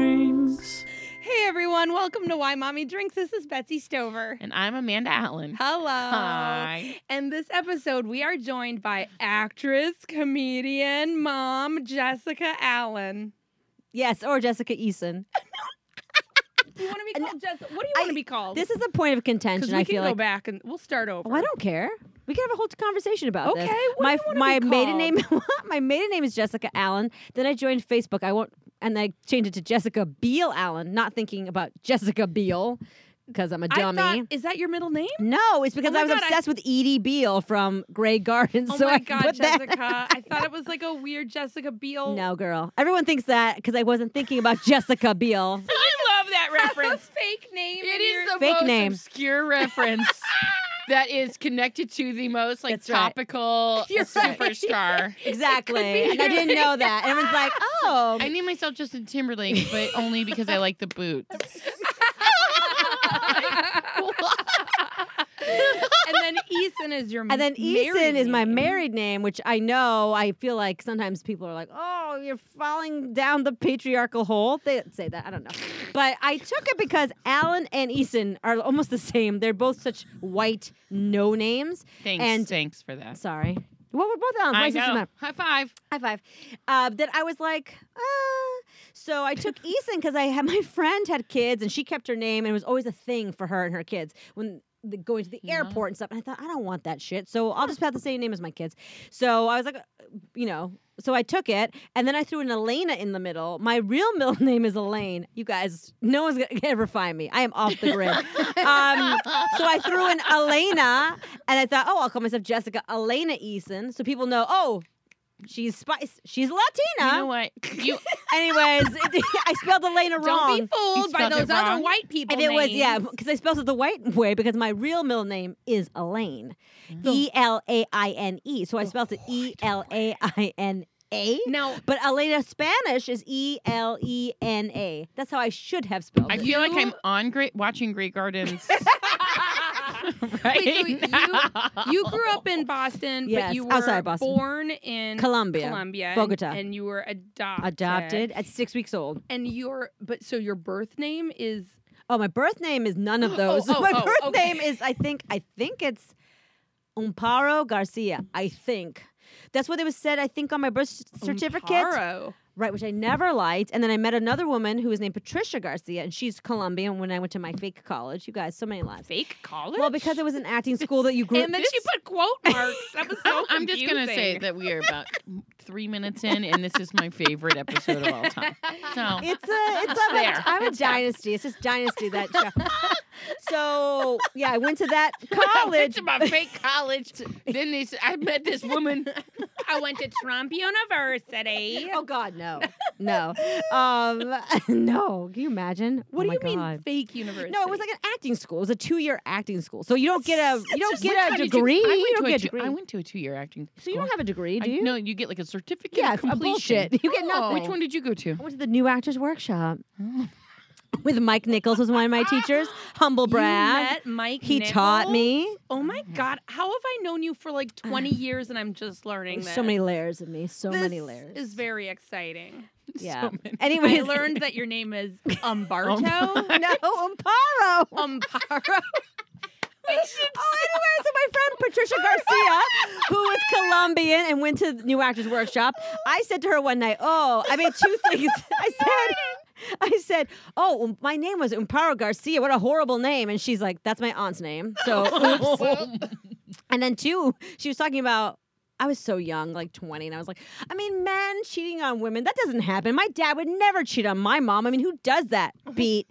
drinks. Hey everyone, welcome to Why Mommy Drinks. This is Betsy Stover. And I'm Amanda Allen. Hello. Hi. And this episode, we are joined by actress, comedian, mom, Jessica Allen. Yes, or Jessica Eason. You want to be And called Jess? What do you want I- to be called? This is a point of because contention. Oh. we I can feel go like. back and we'll start over. Oh, I don't care. We can have a whole conversation about Okay. this. What my do you wanna my be maiden called? name my maiden name is Jessica Allen. Then I joined Facebook. I won't and I changed it to Jessica Beale Allen, not thinking about Jessica Beale because I'm a I dummy. thought, is that your middle name? no, it's because my I was God, I- obsessed with Edie Beale from Grey Gardens. oh so my I God, put that- Jessica! I thought it was like a weird Jessica Biel. No, girl. Everyone thinks that because I wasn't thinking about Jessica Biel. I love that a reference. fake name. it and is you're- the Fake most name. obscure reference that is connected to the most like That's right. topical You're right. superstar. Exactly. be And I didn't know that. And everyone's like, oh. I name myself Justin Timberlake, but only because I like the boots. and then Eason is your. and then Eason married is my name. married name, which I know I feel like sometimes people are like, oh, you're falling down the patriarchal hole. They say that. I don't know. But I took it because Alan and Eason are almost the same. They're both such white no names. Thanks. And- Oh, thanks for that. Sorry. What were both Allen's? I Why does it know. matter? High five. High five. Uh, that I was like, ah. So I took Eason because I had my friend had kids and she kept her name and it was always a thing for her and her kids when the, going to the Yeah. airport and stuff. And I thought I don't want that shit, so I'll just have the same name as my kids. So I was like, uh, you know. So I took it and then I threw an Elena in the middle. My real middle name is Elaine. You guys, no one's gonna ever find me. I am off the grid. um, so I threw in Elena, and I thought, oh, I'll call myself Jessica Elena Eason, so people know, oh, she's spice, she's You Latina. know what? You Anyways, I spelled Elena wrong. Don't be fooled You by spelled it those other wrong. white people. if it was, yeah, names. because I spelled it the white way because my real middle name is Elaine, Mm. E L A I N E. So I spelled Oh it E L A I N A. Now But Elena Spanish is E L E N A. That's how I should have spelled I it. feel like You- I'm on great watching Great Gardens right Wait, so now. you grew up in Boston, but Yes, you were outside of Boston. born in Colombia. Colombia, and- Bogota. and, you were adopted. Adopted at six weeks old. and your but so your birth name is Oh, my birth name is none Oh, of those. oh, my oh, birth okay. name is I think I think it's Umparo Garcia. I think that's what it was said. I think on my birth c- certificate, Amparo. right? Which I never liked. And then I met another woman who was named Patricia Garcia, and she's Colombian. When I went to my fake college, you guys, so many lives. fake college. Well, because it was an acting school that you grew. and then she put quote marks. That was so. I'm, I'm just gonna say confusing. that we are about three minutes in, and this is my favorite episode of all time. So It's a, it's a, There. I'm a dynasty. It's just dynasty that show. So yeah, I went to that college. I went to my fake college. Then they said, I met this woman. I went to Trump University. Oh God, no, no, um, no. Can you imagine? What Oh do you my mean God. fake university? No, it was like an acting school. It was a two-year acting school, so you don't get a you don't How get a did degree. You, I went You to don't a get a two- I degree. went to a two-year acting. So you don't school. have a degree, do I- you? no, you get like a certificate. yeah, of f- a completion. bullshit. You get Oh, nothing. Which one did you go to? I went to the New Actors Workshop Oh. with Mike Nichols was one of my teachers. Humble You brag. met Mike. He taught Nichols? me Oh my God! How have I known you for like 20 years and I'm just learning this? so many layers of me. So This many layers. Is very exciting. yeah. So many- Anyways, Um, I learned that your name is Umberto. no Amparo. Umparo. Oh, anyway, so my friend Patricia Garcia, who was Colombian and went to the New Actors Workshop, I said to her one night, "Oh, I mean two things." I said, "I said, oh, um, my name was Umparo Garcia. What a horrible name!" And she's like, "That's my aunt's name." So, oops. and then two, she was talking about. I was so young, like 20, and I was like, I mean, men cheating on women, that doesn't happen. My dad would never cheat on my mom. I mean, who does that? Beat.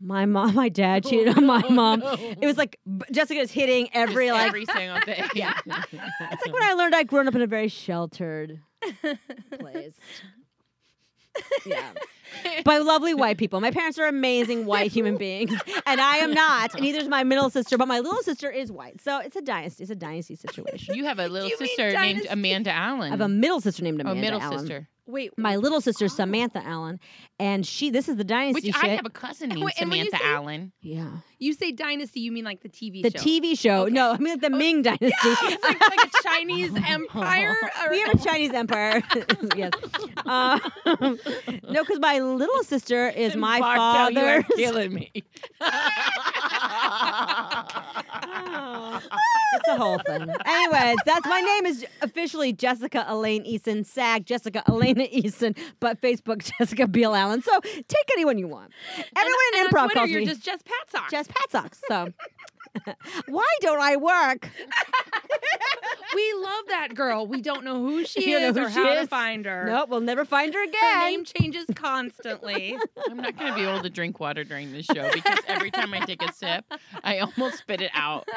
My mom, my dad cheated on my mom. It was like b- Jessica was hitting every like. every single thing. Yeah. It's like when I learned I'd grown up in a very sheltered place. Yeah. By lovely white people. My parents are amazing white human beings, and I am not. And neither is my middle sister, but my little sister is white. So it's a dynasty. It's a dynasty situation. you have a little You mean sister named dynasty? Amanda I Allen. have a middle sister named oh, Amanda. middle Allen. sister. Oh. Wait, my little sister Samantha Allen, and she. This is the dynasty Which shit. I have a cousin named Wait, and when you Samantha say- Allen. yeah, you say dynasty, you mean like the TV the show? TV show. Okay. No, I mean the Ming Dynasty. It's like, like a Chinese empire. Or, Oh. we have a Chinese empire. yes. Um, no, because my little sister is my Bartel, you are father's. killing me. Oh, it's a whole thing. Anyways, that's my name is officially Jessica Elaine Eason, SAG Jessica Elena Eason, but Facebook Jessica Beale Allen. So take anyone you want. Everyone and, in and improv on Twitter, calls you're me just just Pat Sox. Jess Pat Socks. So why don't I work? we love that girl. We don't know who she You don't is know who or she how to is? find her. Nope, we'll never find her Her again. name changes constantly. I'm not going to be able to drink water during this show because every time I take a sip, I almost spit it out.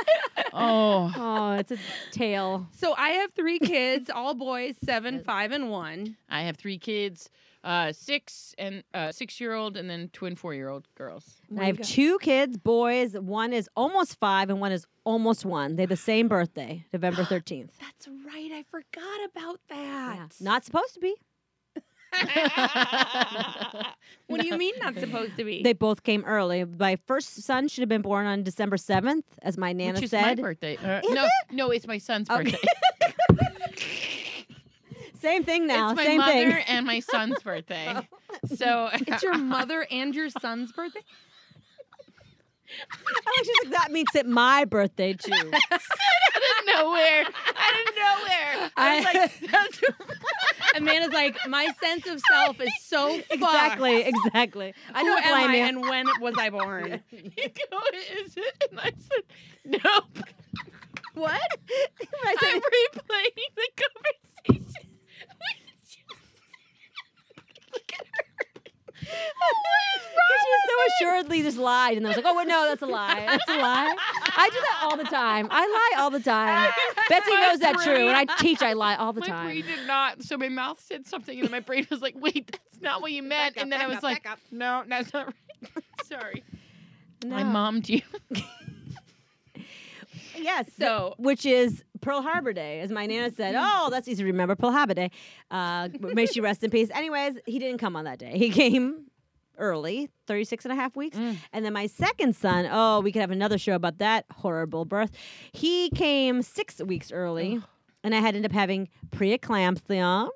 Oh. oh, it's a tale. so I have three kids, all boys, seven, five, and one. I have three kids, uh, six and uh, six-year-old, and then twin four-year-old girls. I have two kids, boys. One is almost five, and one is almost one. They have the same birthday, November thirteenth. That's right. I forgot about that. Yeah. Not supposed to be. What do you mean not supposed to be? They both came early. My first son should have been born on December seventh, as my nana Which is my said. birthday. Uh, Is no, no, it's my son's Okay. birthday. Same thing Oh. now. it's my same mother thing. and my son's birthday. So it's your mother and your son's birthday. I like she's like, that makes it my birthday too. out of nowhere, out of nowhere. I was I- like, that's Amanda's like, my sense of self is so fucked. exactly, exactly. I Who don't am blame I you. and when was I born? you go, is it? And I said, nope. what? I I'm said, replaying the conversation. Look at she so assuredly just lied, and I was like, "Oh wait, no, that's a lie. That's a lie." I do that all the time. I lie all the time. Betsy My knows that's true, and I brain- teach I lie all the my time. brain did not. So my mouth said something, and then my brain was like, "Wait, that's not what you meant." and then I was like, "No, that's not right." Sorry, I No. mommed you. Yes. So- which is Pearl Harbor Day, as my nana said. Oh, that's easy to remember. Pearl Harbor Day. Uh, may she rest in peace. Anyways, he didn't come on that day. He came early, 36 and a half weeks. Mm. And then my second son, oh, we could have another show about that horrible birth. He came six weeks early. And I had ended up having preeclampsia.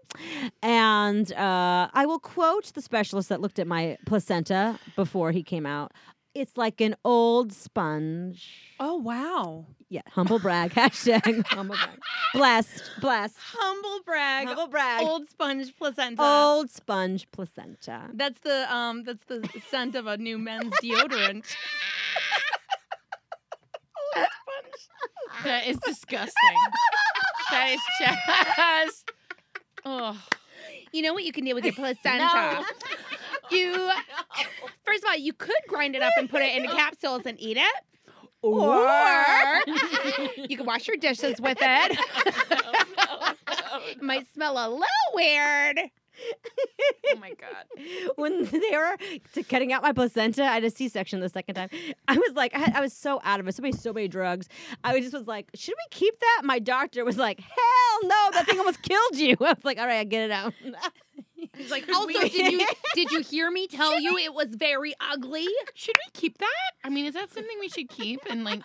And uh, I will quote the specialist that looked at my placenta before he came out. It's like an old sponge. Oh wow. Yeah, humble brag. Hashtag humble brag. Blessed, blessed. Humble brag. Humble brag. Oh. Old, Old sponge placenta. sponge placenta. That's the um that's the scent of a new men's deodorant. That is disgusting. that is just. Oh, You know what you can do with your placenta? no. You first of all, you could grind it up and put it into capsules and eat it. you can wash your dishes with it. It might smell a little weird. Oh my god. When they were t- cutting out my placenta, I had a C-section the second time. I was like, I, had- I was so out of it. So many, so many drugs. I was- just was like, should we keep that? My doctor was like, hell no, that thing almost killed you. I was like, all right, I get it out. He's like, also, did you did you hear me tell you it was very ugly? Should we keep that? I mean, is that something we should keep? And like,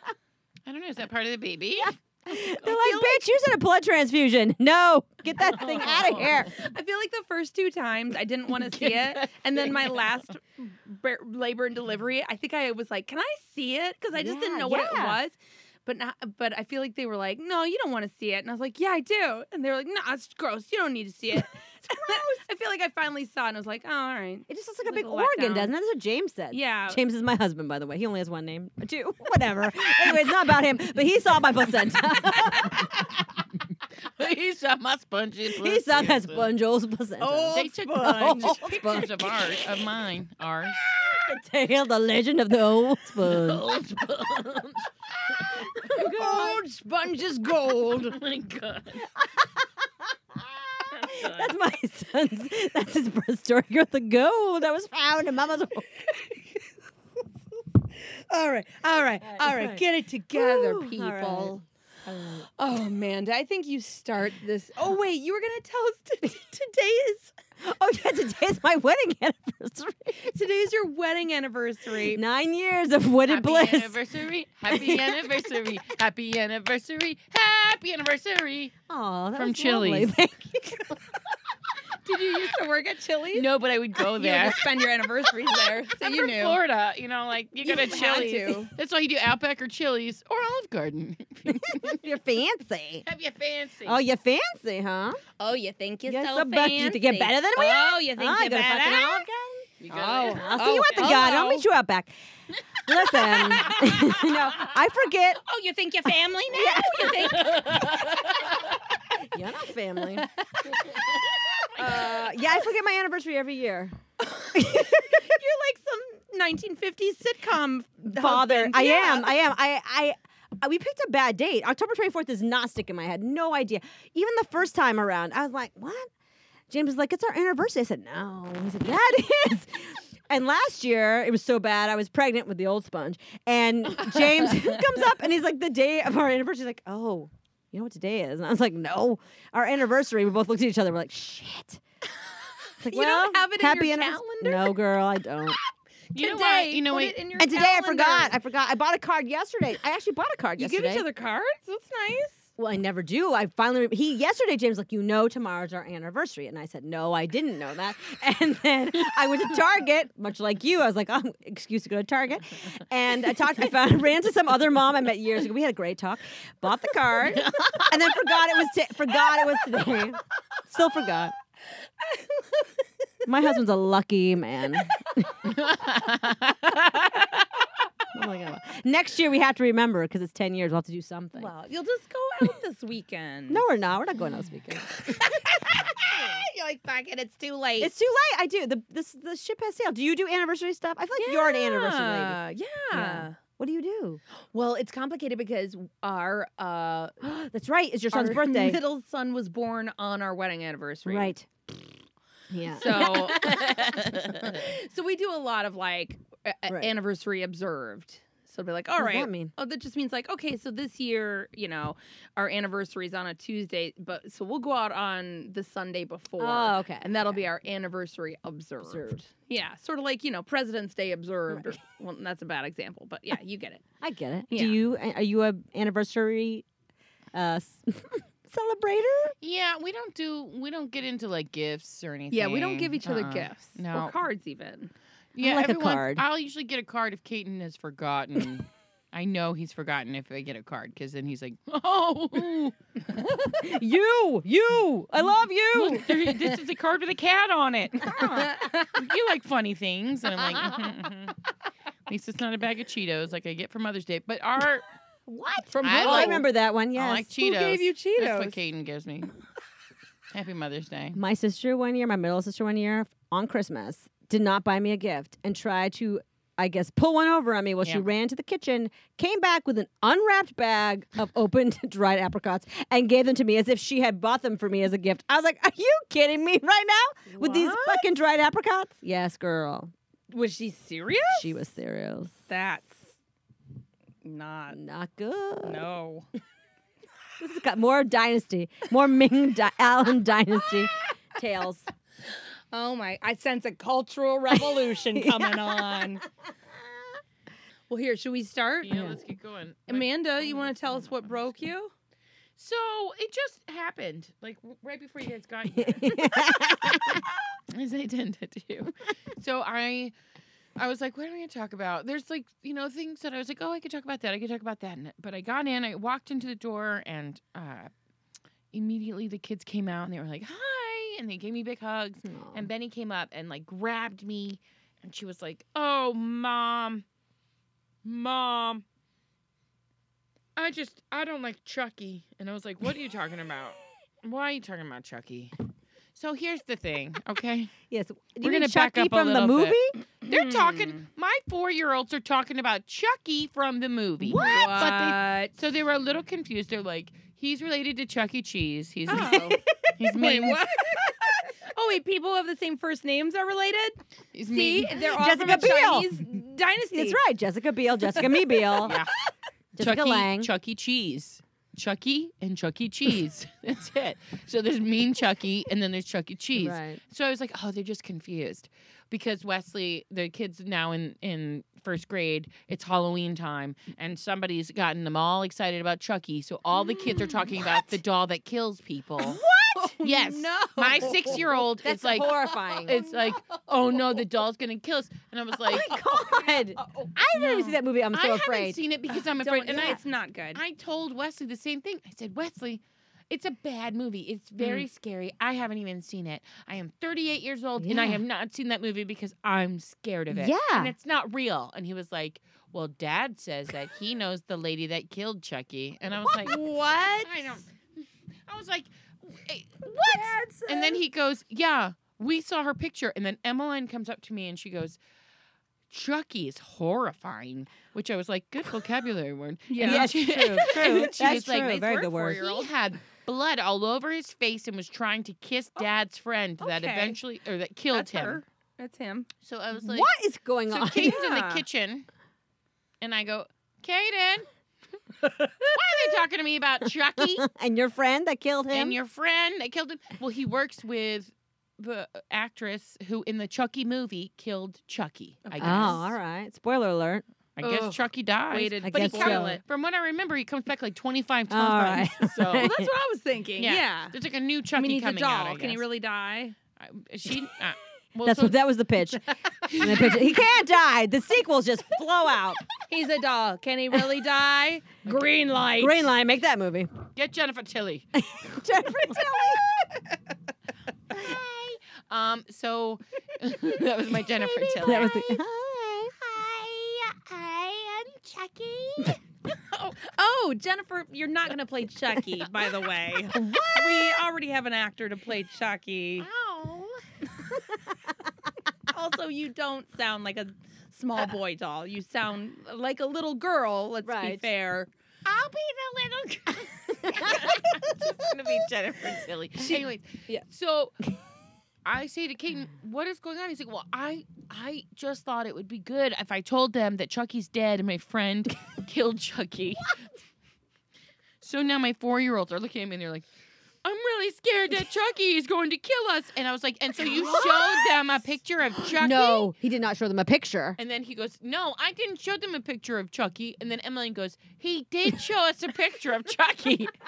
I don't know, is that part of the baby? They're like, bitch, you said a blood transfusion. No, get that thing out of here. I feel like the first two times I didn't want to see Get it, and then my last bar- labor and delivery, I think I was like, "Can I see it?" Because I just didn't Yeah, know what it yeah. was. But not, but I feel like they were like, "No, you don't want to see it," and I was like, "Yeah, I do," and they were like, "No, it's gross. You don't need to see it." I feel like I finally saw, it and I was like, "Oh, all right, It just looks like a Like big a organ, letdown. doesn't it? That's what James said. yeah." James is my husband, by the way. He only has one name, or two, whatever. anyway, it's not about him, but he saw my placenta. he saw my sponges. he saw that sponge, old placenta. They took sponge. pictures Old of ours, of mine, ours. the tale, the legend of the old sponge. Old sponge. Old sponge is gold. Oh my god. That's my son's. That's his birth story. You're the gold that was found in Mama's. All right, all right, all right. right. Get it together, Whew, all right. people. All right. Oh, Amanda, I think you start this. Oh, wait, you were going to tell us t- t- today is Oh yeah, today's my wedding anniversary. Today's your wedding anniversary. Nine years of wedded Happy bliss. anniversary! Happy anniversary! Happy anniversary! Happy anniversary! Oh, that From was lovely. Chili's. Thank you. Did you used to work at Chili's? No, but I would go You had there. to spend your anniversaries there, so I'm you from knew. Florida, you know, like you go to had Chili's. to. That's why you do Outback or Chili's or Olive Garden. You're fancy. Have you fancy? Oh, you fancy, huh? Oh, you think You're so butt- you think you're fancy. better than we Oh, you think Huh? you're go to fucking better? Olive Garden? You Oh, gotta- I'll see you at the Oh, garden. I'll hello. meet you out back. Listen, no, I forget. Oh, you think you're family now? You think? You're not family. Uh, yeah, I forget my anniversary every year. You're like some 1950s sitcom Father, husband. I Yeah. am. I am. I. I. I- We picked a bad date. October 24th is not sticking in my head. No idea. Even the first time around, I was like, what? James is like, it's our anniversary. I said, no. He said, yeah, it is. And last year, it was so bad. I was pregnant with the old sponge. And James comes up and he's like, the day of our anniversary. He's like, oh, you know what today is? And I was like, no. Our anniversary. We both looked at each other. We're like, shit. It's like, You don't have it in your annivers- calendar? No, girl, I don't. You know what? Today, You know put what? it in your And today I calendar. forgot. I forgot. I bought a card yesterday. I actually bought a card You yesterday. give each other cards? That's nice. well, I never do. I finally he yesterday James was like you know tomorrow's our anniversary, and I said no, I didn't know that. And then I went to Target, much like you. I was like, oh, excuse to go to Target, and I talked. I found ran to some other mom I met years ago. We had a great talk. Bought the card, and then forgot it was t- forgot it was today. Still forgot. My husband's a lucky man. Oh my God. Next year we have to remember because it's ten years. We'll have to do something. Well, you'll just go out this weekend. No, we're not. We're not going out this weekend. You're like, fuck it, it's too late. it's too late. I do. The this the ship has sailed. Do you do anniversary stuff? I feel like you're an anniversary lady. Yeah. Yeah. What do you do? Well, it's complicated because our uh That's right. It's your son's our birthday. middle son was born on our wedding anniversary. Right. Yeah. So so we do a lot of like a- a- Right. anniversary observed. So it'll be like, all what right. does that mean? Oh, that just means like, okay, so this year, you know, our anniversary is on a Tuesday, but so we'll go out on the Sunday before. Oh, okay. and that'll be our anniversary observed. Observed. Yeah, sort of like, you know, President's Day observed. Or, well, that's a bad example, but yeah, you get it. I get it. Yeah. Do you? Are you a anniversary uh, s- celebrator? yeah, we don't do. We don't get into like gifts or anything. Yeah, we don't give each other Uh-uh. gifts No. or cards even. Yeah, like a everyone. card. I'll usually get a card if Caton has forgotten. I know he's forgotten if I get a card because then he's like, "Oh, you, you. I love you. look, there- this is a card with a cat on it. Ah, Huh. You like funny things." And I'm like, "Mhm, mhm." "At least it's not a bag of Cheetos like I get for Mother's Day." But our what? From I Oh, I like- remember that one. Yes. I like Cheetos. Who gave you Cheetos? That's what Caden gives me. Happy Mother's Day. My sister one year, my middle sister one year, on Christmas, did not buy me a gift and tried to, I guess, pull one over on me while she Yeah. ran to the kitchen, came back with an unwrapped bag of opened dried apricots and gave them to me as if she had bought them for me as a gift. I was like, Are you kidding me right now? With these What? fucking dried apricots? Yes, girl. Was she serious? She was serious. That's not. Not good. No. This has got more dynasty, more Ming Di- Allen dynasty tales. Oh my! I sense a cultural revolution coming on. Well, here, should we start? Yeah, Yeah. let's get going. Amanda, you phone want is to tell on us what on broke you? So it just happened, like w- right before you guys got here, That's as I tend to do. So I, I was like, what am I going to talk about? There's like, you know, things that I was like, oh, I could talk about that. I could talk about that. And, but I got in, I walked into the door, and uh, immediately the kids came out and they were like, hi, and they gave me big hugs. And Benny came up and like grabbed me and she was like, "Oh, mom. Mom. I just I don't like Chucky." And I was like, "What are you talking about? Why are you talking about Chucky?" So here's the thing, okay? Yes, do you We're mean gonna back Chucky up a from the little movie. bit. They're Hmm. talking my 4-year-olds are talking about Chucky from the movie. But What? they, so they were a little confused. They're like, "He's related to Chuck E. Cheese. He's Oh. he's wait, mean. what? oh wait, people who have the same first names are related. He's See, mean. they're all Jessica from a Biel. Chinese dynasty. That's right. Jessica Biel, Jessica Mebiel, Yeah. Jessica Chuck E- Lang. Chuck E. Cheese. Chucky and Chuck E. Cheese. That's it. So there's Mean Chucky and then there's Chuck E. Cheese. Right. So I was like, oh, they're just confused because Wesley, the kids now in in first grade, it's Halloween time, and somebody's gotten them all excited about Chucky. So all the kids are talking about the doll that kills people. Oh, What? Yes. No. My six year old is That's like. horrifying. It's like, oh no, the doll's gonna kill us, and I was like, oh my god! I didn't even No. see that movie. I'm I so haven't afraid. seen it because I'm Don't, afraid, and yeah, I it's not good. I told Wesley the same thing. I said, Wesley, it's a bad movie. It's Mm. very scary. I haven't even seen it. I am 38 years old and I Yeah. have not seen that movie because I'm scared of it. Yeah. And it's not real. And he was like, Well, dad says that he knows the lady that killed Chucky. And I was like, what? I don't. I was like, "Hey, What? And then he goes, Yeah, we saw her picture. And then Emmeline comes up to me and she goes, Chucky is horrifying, which I was like, good vocabulary word. Yeah. And then Yes, she- true, and true. then she That's was like, true. "Nice Very work, good word." four-year-old." He had blood all over his face and was trying to kiss Oh, dad's friend that okay. eventually or that killed That's him. her. That's him. So I was like, E. what is going So on? Kate's in the Yeah. kitchen, and I go, Kaden, why are they talking to me about Chucky? and your friend that killed him. And your friend that killed him. Well, he works with the actress who in the Chucky movie killed Chucky. I Okay. guess. oh, all right. Spoiler alert. I guess Ugh. Chucky dies. Waited I but he guess comes, so. from what I remember, he comes back like 25 All times. So Well, that's what I was thinking. Yeah. Yeah. there's like a new Chucky I mean, he's a coming doll. out. I Can he guess. really die? I- She. Uh, well, That's so what that was the pitch. And the pitch- He can't die. The sequels just flow out. He's a doll. Can he really die? Green light. Green line, make that movie. get Jennifer Tilly. Jennifer Tilly. Hi. Um. So that was my Jennifer Tilly. That was E. the, Hi. I am Chucky. Oh, Jennifer, you're not going to play Chucky, by the way. We already have an actor to play Chucky. Ow. Also, you don't sound like a small boy doll. You sound like a little girl, let's be Right. fair. I'll be the little. it's gonna be Jennifer Tilly. Anyways, Yeah. So I say to Caden, "What is going on?" He's like, "Well, I I just thought it would be good if I told them that Chucky's dead and my friend killed Chucky." So now my four year olds are looking at me and they're like. I'm really scared that Chucky is going to kill us. And I was like, and so you showed them a picture of Chucky? no, he did not show them a picture. And then he goes, No, I didn't show them a picture of Chucky. And then Emmeline goes, He did show us a picture of Chucky.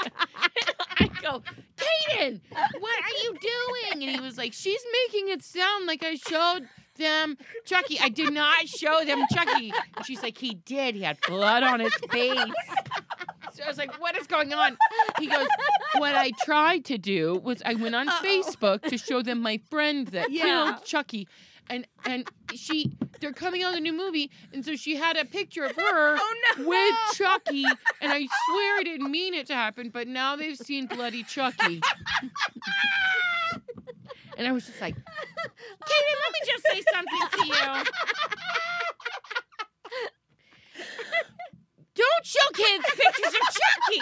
I go, Kaden, what are you doing? And he was like, She's making it sound like I showed them Chucky. I did not show them Chucky. And she's like, He did. He had blood on his face. So I was like, What is going on? He goes, What I tried to do was I went on Uh-oh. Facebook to show them my friend that Yeah. killed Chucky. And and she they're coming out with a new movie, and so she had a picture of her Oh, no. with Chucky, and I swear I didn't mean it to happen, but now they've seen bloody Chucky. and I was just like, Kaden, let me just say something to you. Don't show kids pictures of Chucky.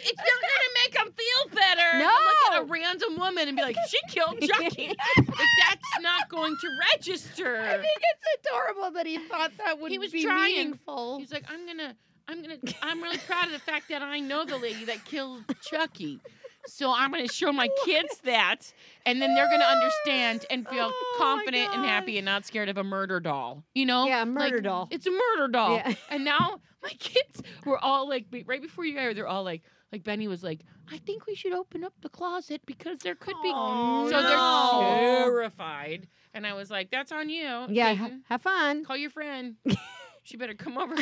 It's not gonna make them feel better. No. Look at a random woman and be like, she killed Chucky. Like, that's not going to register. it's adorable that he thought that would was be trying. meaningful. He's like, I'm gonna, I'm gonna, I'm really proud of the fact that I know the lady that killed Chucky. So I'm gonna show my kids that, and then they're gonna understand and feel Oh my confident and God. happy and not scared of a murder doll. You know? Yeah, a murder Like, doll. It's a murder doll. Yeah. And now my kids were all like, be- right before you guys, they're all like, like Benny was like, I think we should open up the closet because there could be. Oh, no. so they're terrified, and I was like, that's on you. Yeah, ha- Peyton. have fun. Call your friend. she better come over.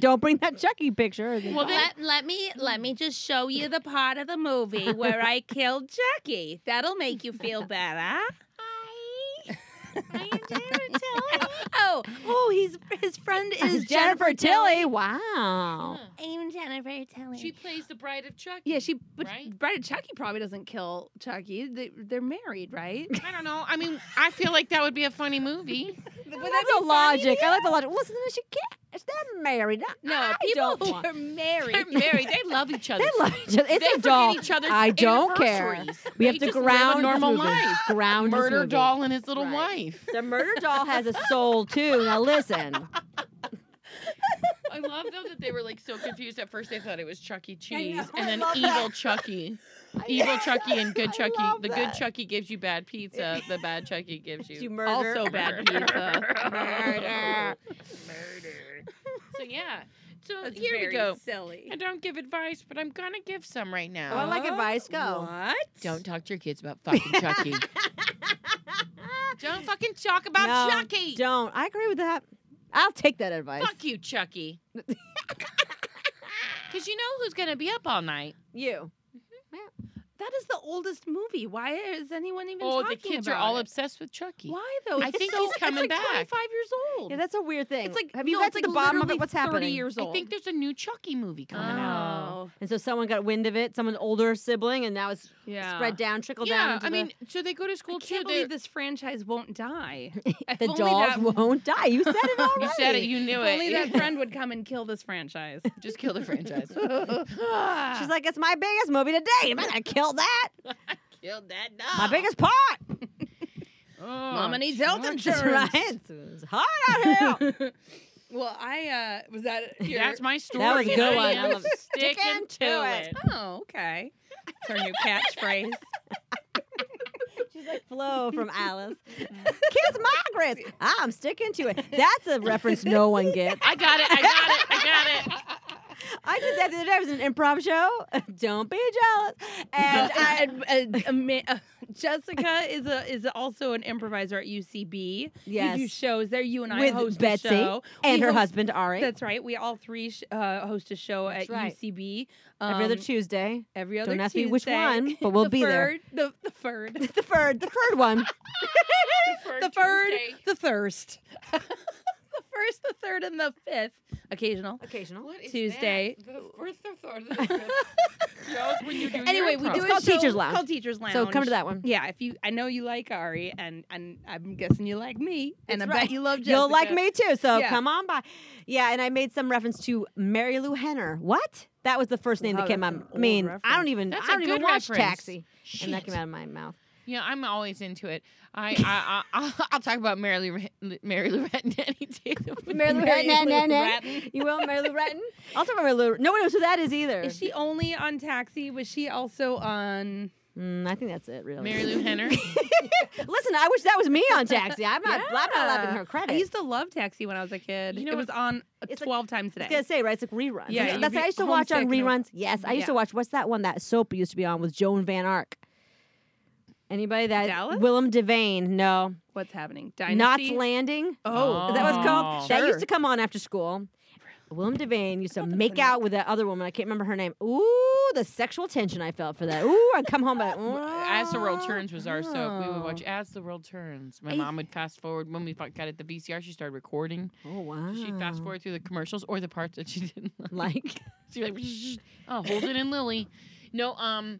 Don't bring that Chucky picture. as a Well, doll. then- let, let me let me just show you the part of the movie where I killed Jackie. That'll make you feel better. Hi. Oh, oh, he's his friend It's is Jennifer Tilly. Wow. I'm Jennifer Tilly. She plays the bride of Chucky. yeah, she. But Right? Bride of Chucky probably doesn't kill Chucky. They, they're married, right? I don't know. I mean, I feel like that would be a funny movie. I like the logic. I like the logic. Listen, she can't. They're married. I- No, I people don't who want- are married. They're married. They love each other. They love each other. It's They a forget doll. each other's I don't care. anniversaries. We They have to just live a ground normal this movie. life. Ground this Murder movie. doll and his little Right. wife. The murder doll has a soul too. Now listen. I love though that they were like so confused. At first, they thought it was Chuck E. Cheese, know, and I then love that. Evil Chucky, Evil Chucky, and Good I Chucky. love The Good that. Chucky gives you bad pizza. The Bad Chucky gives Gives you, you murder. also bad pizza. Murder. Murder. So yeah. So That's here very we go. Silly. I don't give advice, but I'm gonna give some right now. Oh, I like advice. Go. What? Don't talk to your kids about fucking Chucky. don't fucking talk about No, Chucky. Don't. I agree with that. I'll take that advice. Fuck you, Chucky. Because you know who's gonna be up all night. you. That is the oldest movie. Why is anyone even Oh, talking the kids are about all it? obsessed with Chucky. Why though? I It's think so- he's coming it's like back. 25 years old. Yeah, that's a weird thing. it's like have you no, got it's to like the bottom of literally it? What's 30 happening? years I old. think there's a new Chucky movie coming out. oh. And so someone got wind of it. Someone older sibling, and now it's Yeah. spread down, trickle down. Yeah, into I the- mean, so they go to school I too. can't They're- believe this franchise won't die. If the only dolls that- won't die. You said it already. You said it. You knew if only that it. friend would come and kill this franchise. Just kill the franchise. She's like, it's my biggest movie to date. I'm gonna kill that. Killed that My dog. biggest part. Oh, Mama needs health Chucky. That's right. It's hot out here. well, I uh was that your... That's my story. was a good I one. am Sticking sticking to to it. it. Oh, okay. It's our new catchphrase. She's like Flo from Alice. Kiss my grits. I'm sticking to it. That's a reference no one gets. I got it. I got it. I got it. I did that the other day. It was an improv show. Don't be jealous. And and I, I, uh, uh, ma- uh, Jessica is a is also an improviser at UCB. yes, you do shows there. You and I With host Betsy a show and We her host- husband Ari. That's right. We all three sh- uh, host a show That's at right. UCB Every other um, Tuesday. every other Don't ask Tuesday. me which one, but we'll the be there. third, The the third, The third, the third one. the third, the thirst, the first, the third, and the fifth occasional. Occasional. What is Tuesday. That? The first or third of the fifth shows when you do your Anyway, we improv. do It's a called show Teacher's Lounge. Called Teachers Lounge. So come to that one. Yeah, if you, I know you like Ari, and and I'm guessing you like me, and That's I right. bet you love Jessica. You'll like me too. So Yeah. come on by. Yeah, and I made some reference to Mary Lou Henner. What? That was the first name Wow, that came that's out. an I mean, old I don't reference. even. That's I don't a even good watch reference. Taxi, and that Shit. came out of my mouth. Yeah, I'm always into it. I I, I I'll, I'll talk about Mary Lou Re- Mary Lou Retton any day. of the week. Mary Lou Mary Retton, Lou Retton, Retton. Retton. You will, Mary Lou Retton. Also, Mary Lou. No one knows who that is either. Is she only on Taxi? Was she also on? Mm, I think that's it, really. Mary Lou Henner. Listen, I wish that was me on Taxi. I'm not. I'm not Yeah. loving her credit. I used to love Taxi when I was a kid. You know it was on It's like- twelve times I today. was gonna say, right? It's like reruns. Yeah, Yeah, you'd that's what be I used to watch on homesick and- reruns. Yes, I used to Yeah. watch. What's that one? That soap used to be on with Joan Van Ark. Anybody that Dallas? Willem Devane? No, What's happening? Knots Dynasty. Landing. Oh, Is that what's called? Oh. That Sure. used to come on after school. Willem Devane used to make out with that other woman. I can't remember her name. Ooh, the sexual tension I felt for that. Ooh, I'd come home but As the World Turns was our soap. We would watch Oh. As the World Turns. My I- mom would fast forward when we fu- got it the VCR. She started recording. Oh wow. She'd Ah. fast forward through the commercials or the parts that she didn't like. Like She'd be like, oh, Holden and Lily. No, um,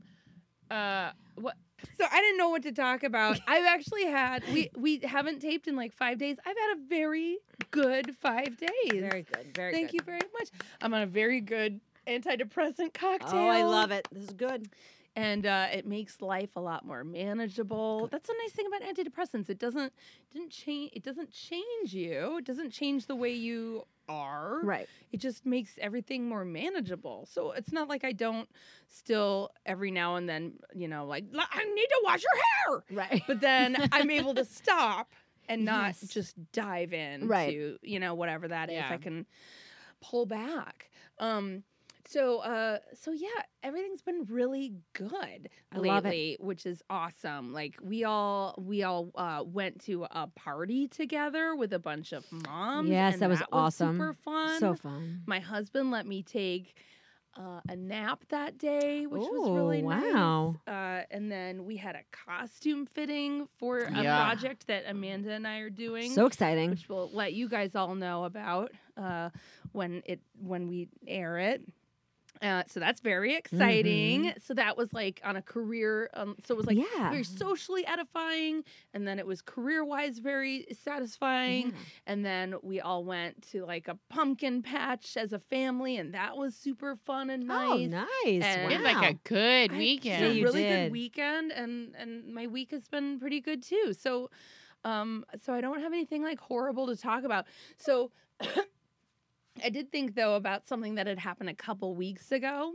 uh, what? So I didn't know what to talk about. I've actually had we we haven't taped in like five days. I've had a very good five days. very good. Very Thank you good. very much. I'm on a very good antidepressant cocktail. Oh, I love it. This is good. And uh, it makes life a lot more manageable. That's the nice thing about antidepressants. It doesn't didn't change. It doesn't change you. It doesn't change the way you are. Right. It just makes everything more manageable. So it's not like I don't still every now and then, you know, like "La- I need to wash your hair. Right. But then I'm able to stop and not Yes. just dive in Right. to, you know, whatever that is. Yeah. I can pull back. Um so uh so yeah, everything's been really good I love it. lately, which is awesome. Like we all we all uh went to a party together with a bunch of moms. Yes, and that was awesome. Super fun. So fun. My husband let me take uh, a nap that day, which was Oh, really wow. nice. Uh, and then we had a costume fitting for a Yeah. project that Amanda and I are doing. So exciting. which we'll let you guys all know about uh, when it when we air it. Uh, so that's very exciting. So that was like on a career. Um, so it was like Mm-hmm. yeah. very socially edifying, and then it was career wise very satisfying. And then we all went to like a pumpkin patch as a family, and that was super fun and nice. Oh, nice. And- We had like a I- good It weekend. Yeah, was a you really did. good weekend, and and my week has been pretty good too. So, um, so I don't have anything like horrible to talk about. So, I did think though about something that had happened a couple weeks ago.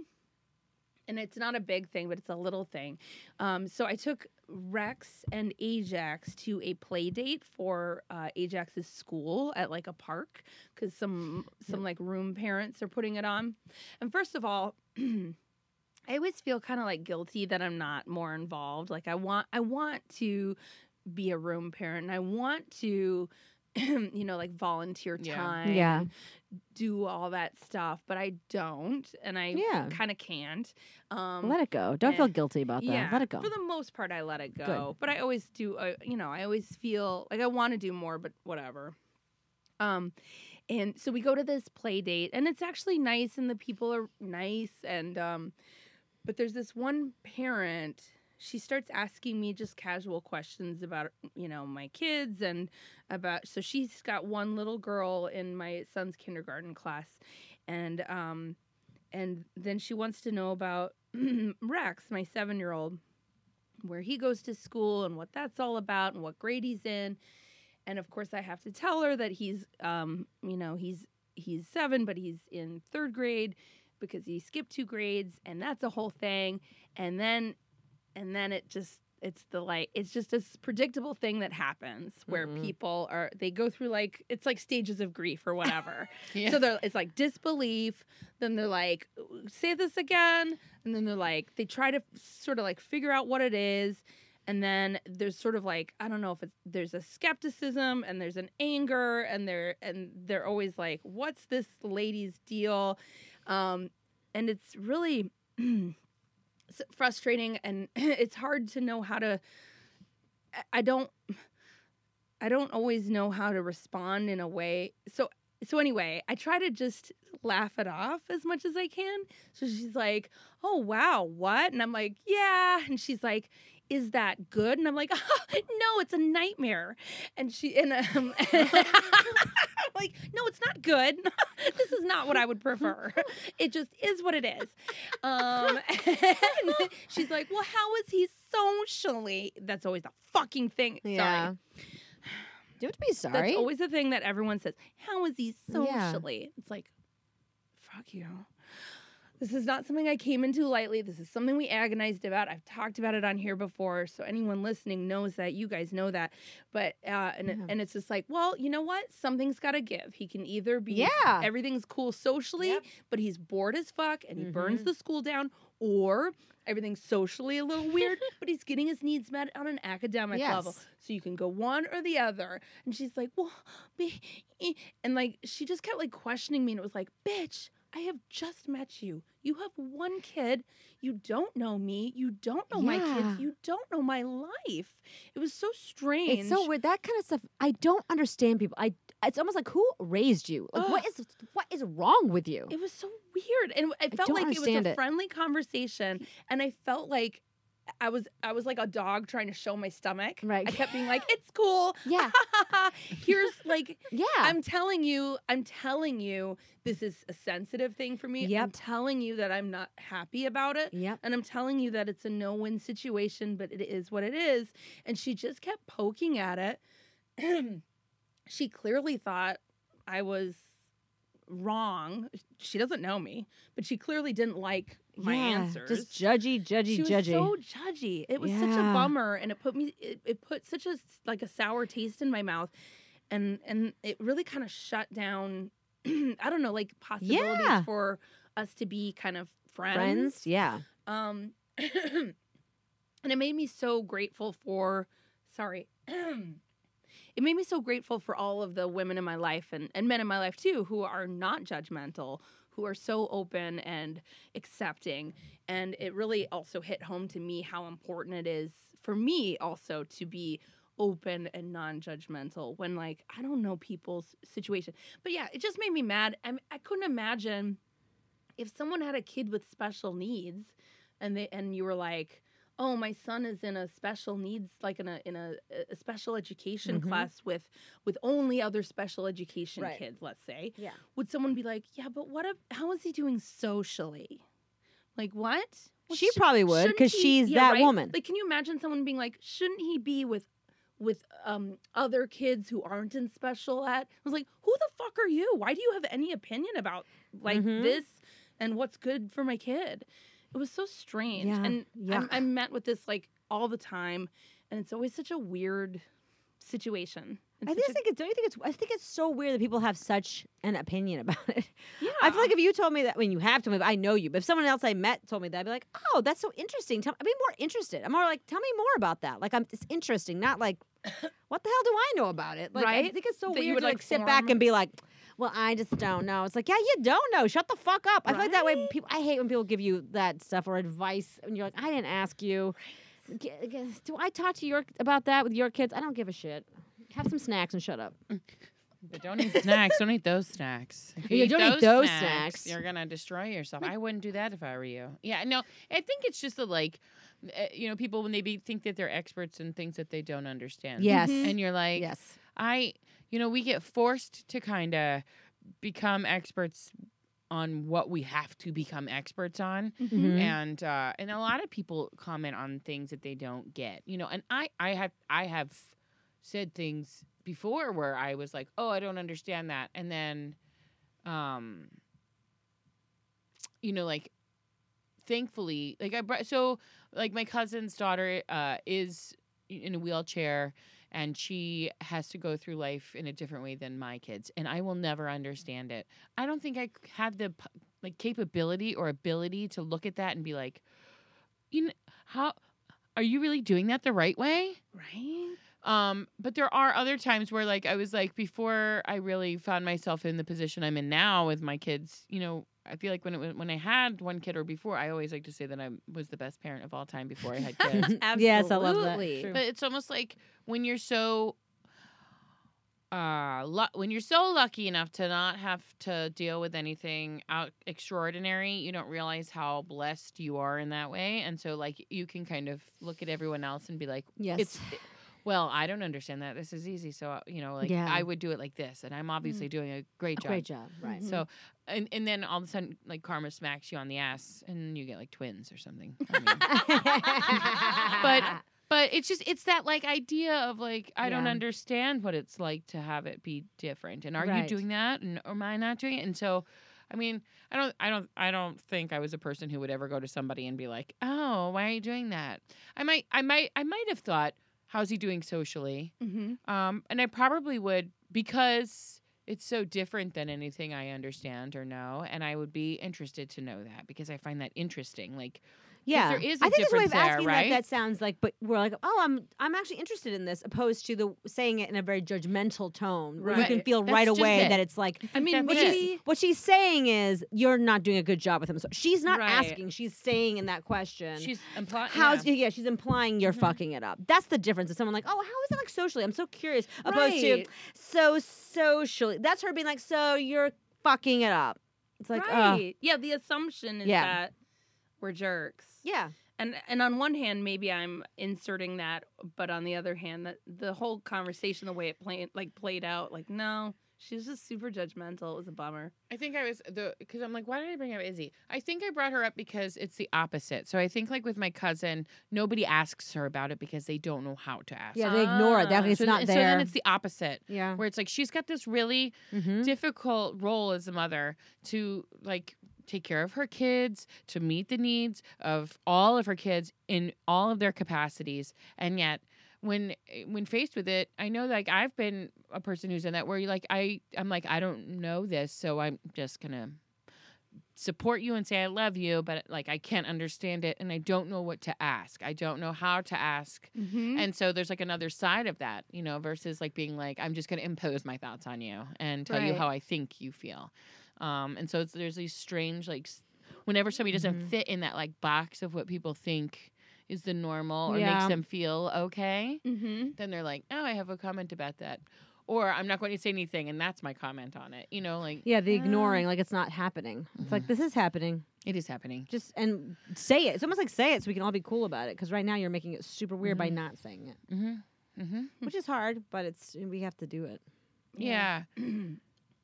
And it's not a big thing, but it's a little thing. Um, so I took Rex and Ajax to a play date for uh, Ajax's school at like a park because some some like room parents are putting it on. And first of all, I always feel kind of like guilty that I'm not more involved. Like I want I want to be a room parent and I want to you know like volunteer Yeah. time Yeah. do all that stuff, but I don't, and I Yeah. kind of can't. Um, Let it go. Don't eh, feel guilty about that. yeah, Let it go. For the most part, I let it go, Good. but I always do. Uh, you know, I always feel like I want to do more, but whatever. Um, and so we go to this play date, and it's actually nice, and the people are nice, and um, but there's this one parent. She starts asking me just casual questions about, you know, my kids and about. So she's got one little girl in my son's kindergarten class, and um, and then she wants to know about Rex, my seven year old, where he goes to school and what that's all about and what grade he's in. And of course, I have to tell her that he's, um, you know, he's he's seven, but he's in third grade because he skipped two grades, and that's a whole thing. And then, and then it just it's the like it's just this predictable thing that happens where Mhm. people are they go through like it's like stages of grief or whatever. Yeah. So they're it's like disbelief. Then they're like, say this again. And then they're like, they try to sort of like figure out what it is. And then there's sort of like, I don't know if it's there's a skepticism and there's an anger and they're and they're always like, what's this lady's deal? Um, and it's really s- frustrating and it's hard to know how to I- I don't I don't always know how to respond in a way. So so anyway, I try to just laugh it off as much as I can. So she's like, "Oh wow, what?" And I'm like, "Yeah." And she's like, "Is that good?" And I'm like, "No, it's a nightmare." And she and um, I'm like, "No, it's not good. this is not what I would prefer. It just is what it is." Um, and she's like, "Well, how is he socially?" That's always the fucking thing. Sorry. yeah. Do you have to be sorry? That's always the thing that everyone says. How is he Yeah. socially? It's like, fuck you. This is not something I came into lightly. This is something we agonized about. I've talked about it on here before, so anyone listening knows that. You guys know that, but uh, and Yeah. and it's just like, well, you know what? Something's got to give. He can either be yeah. everything's cool socially, Yep. Mm-hmm. but he's bored as fuck and he burns the school down, or everything's socially a little weird, but he's getting his needs met on an academic level. Yes. So you can go one or the other. And she's like, well, be- eh," and like she just kept like questioning me, and it was like, bitch. I have just met you. You have one kid. You don't know me. You don't know my Yeah. kids. You don't know my life. It was so strange. It's so weird. That kind of stuff. I don't understand people. I. It's almost like who raised you? Like what is what is wrong with you? It was so weird, and I felt don't like it was understand a it. friendly conversation, and I felt like I was I was like a dog trying to show my stomach. Right. I kept being like, "It's cool. yeah. Here's like, Yeah. I'm telling you, I'm telling you, this is a sensitive thing for me. I'm Yep. telling you that I'm not happy about it." yep. And I'm telling you that it's a no win situation, but it is what it is. And she just kept poking at it. she clearly thought I was wrong. She doesn't know me, but she clearly didn't like my Yeah, answers. Just judgy, judgy, she was judgy. so judgy. It was such a Yeah. bummer, and it put me. It, it put such a s- like a sour taste in my mouth, and and it really kind of shut down. I don't know, like possibilities Yeah. for us to be kind of friends. Friends. Yeah. Um, and it made me so grateful for, sorry, it made me so grateful for all of the women in my life and, and men in my life too who are not judgmental, who are so open and accepting. And it really also hit home to me how important it is for me also to be open and non-judgmental when like I don't know people's situation. But yeah, it just made me mad. I, I couldn't imagine if someone had a kid with special needs and they and you were like oh my son is in a special needs like in a in a, a special education Mhm. class with with only other special education Right. kids let's say Yeah. would someone be like yeah but what ab- how is he doing socially like what Well, she shou- probably would shouldn't because he- she's yeah, that right? woman. like can you imagine someone being like shouldn't he be with with um, other kids who aren't in special ed. I was like, who the fuck are you? Why do you have any opinion about like Mhm. this and what's good for my kid? It was so strange. Yeah, And yuck. I'm, I'm met with this like all the time, and it's always such a weird situation. It's I just such think it's. Don't you think it's? I think it's so weird that people have such an opinion about it. a- yeah. I feel like if you told me that, I mean, you have told me, but I know you. But if someone else I met told me that, I'd be like, "Oh, that's so interesting." Tell, I'd be more interested. I'm more like, "Tell me more about that." Like, I'm it's interesting, not like, "What the hell do I know about it?" Like, I Right? think it's so That you weird would, to like, like, sit back form- and be like, "Well, I just don't know." It's like, "Yeah, you don't know. Shut the fuck up." I feel like that way. Right? People, I hate when people give you that stuff or advice, and you're like, "I didn't ask you." G- g- Do I talk to your about that with your kids? I don't give a shit. Have some snacks and shut up. But don't eat snacks. Don't eat those snacks. If Yeah, don't eat those snacks. You're gonna destroy yourself. I wouldn't do that if I were you. Yeah, no. I think it's just the like, uh, you know, people when they be, think that they're experts in things that they don't understand. Yes. Mm-hmm. and you're like, Yes. I, you know, we get forced to kind of become experts on what we have to become experts on Mhm. Mhm. and uh, and a lot of people comment on things that they don't get you know and i i have i have said things before where i was like oh i don't understand that and then um you know like thankfully like i brought so like my cousin's daughter uh is in a wheelchair and she has to go through life in a different way than my kids and i will never understand it i don't think i c- have the p- like capability or ability to look at that and be like you know how are you really doing that the right way right. um, but there are other times where like I was like before I really found myself in the position I'm in now with my kids, you know, I feel like when it was, when I had one kid or before, I always like to say that I was the best parent of all time before I had kids. Yes, I love that. Absolutely. True. but it's almost like when you're so uh lu- when you're so lucky enough to not have to deal with anything out extraordinary, you don't realize how blessed you are in that way. And so like you can kind of look at everyone else and be like Yes. it's well i don't understand that this is easy so uh, you know like Yeah. Mm-hmm. i would do it like this and i'm obviously doing a great a job great job. Mm-hmm. Right. Mm-hmm. so and, and then all of a sudden like karma smacks you on the ass and you get like twins or something I mean, but but it's just it's that like idea of like i don't Yeah. understand what it's like to have it be different and are Right. you doing that and am i not doing it and so i mean i don't i don't i don't think i was a person who would ever go to somebody and be like oh why are you doing that i might i might i might have thought how's he doing socially Mhm. um, and I probably would because it's so different than anything I understand or know, and I would be interested to know that because I find that interesting. Like, yeah, there is a I think there's a way difference of there, asking right? that that sounds like, but we're like, oh, I'm I'm actually interested in this, opposed to the saying it in a very judgmental tone, where you can Right. feel That's right just away it. that it's like I mean, That's what it. she's, maybe what she's saying is you're not doing a good job with him. So she's not Right. asking; she's saying in that question. she's implying. How's yeah. she's implying you're Mhm. fucking it up. That's the difference. If someone like, oh, how is it like socially? I'm so curious. Opposed to Right. so socially. That's her being like, so you're fucking it up. It's like, oh, right. yeah, the assumption is Yeah. that we're jerks. yeah, And and on one hand, maybe I'm inserting that, but on the other hand, that the whole conversation, the way it played like played out, like no, she was just super judgmental. It was a bummer. I think I was the because I'm like, why did I bring up Izzy? I think I brought her up because it's the opposite. So I think like with my cousin, nobody asks her about it because they don't know how to ask. yeah. They ignore it. That Ah. it's so, not and there. so then it's the opposite, yeah. where it's like she's got this really Mm-hmm. difficult role as a mother to like take care of her kids, to meet the needs of all of her kids in all of their capacities, and yet when eh, when faced with it, I know like I've been a person who's in that where you like I I'm like I don't know this, so I'm just gonna support you and say I love you, but like I can't understand it and I don't know what to ask. I don't know how to ask Mm-hmm. and so there's like another side of that, you know, versus like being like, I'm just going to impose my thoughts on you and tell you Right. how I think you feel. Um, and so it's, there's these strange, like, s- whenever somebody doesn't Mhm. fit in that like box of what people think is the normal or Yeah. makes them feel okay, mm-hmm. then they're like, oh, I have a comment about that. Or I'm not going to say anything. And that's my comment on it. You know, like Yeah, the ignoring, like it's not happening. It's like Mhm. this is happening. it is happening. Just and say it. It's almost like say it so we can all be cool about it. Because right now you're making it super weird by Mhm. not saying it, Mm-hmm. Mm-hmm. which is hard, but it's we have to do it. Yeah.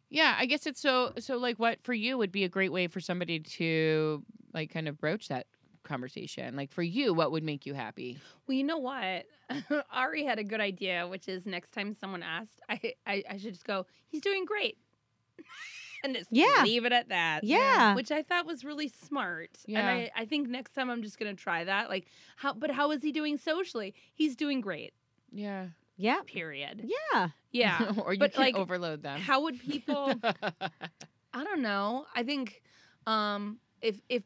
yeah, I guess it's so so like what for you would be a great way for somebody to like kind of broach that conversation. Like for you, what would make you happy? Well, you know what? Ari had a good idea, which is next time someone asked, I I, I should just go, he's doing great. and just Yeah. leave it at that. Yeah. Which I thought was really smart. And Yeah. I, I think next time I'm just gonna try that. Like how but how is he doing socially? He's doing great, Yeah. Yeah. period. Yeah. Yeah. or you but, can like, overload them. how would people I don't know. I think um if if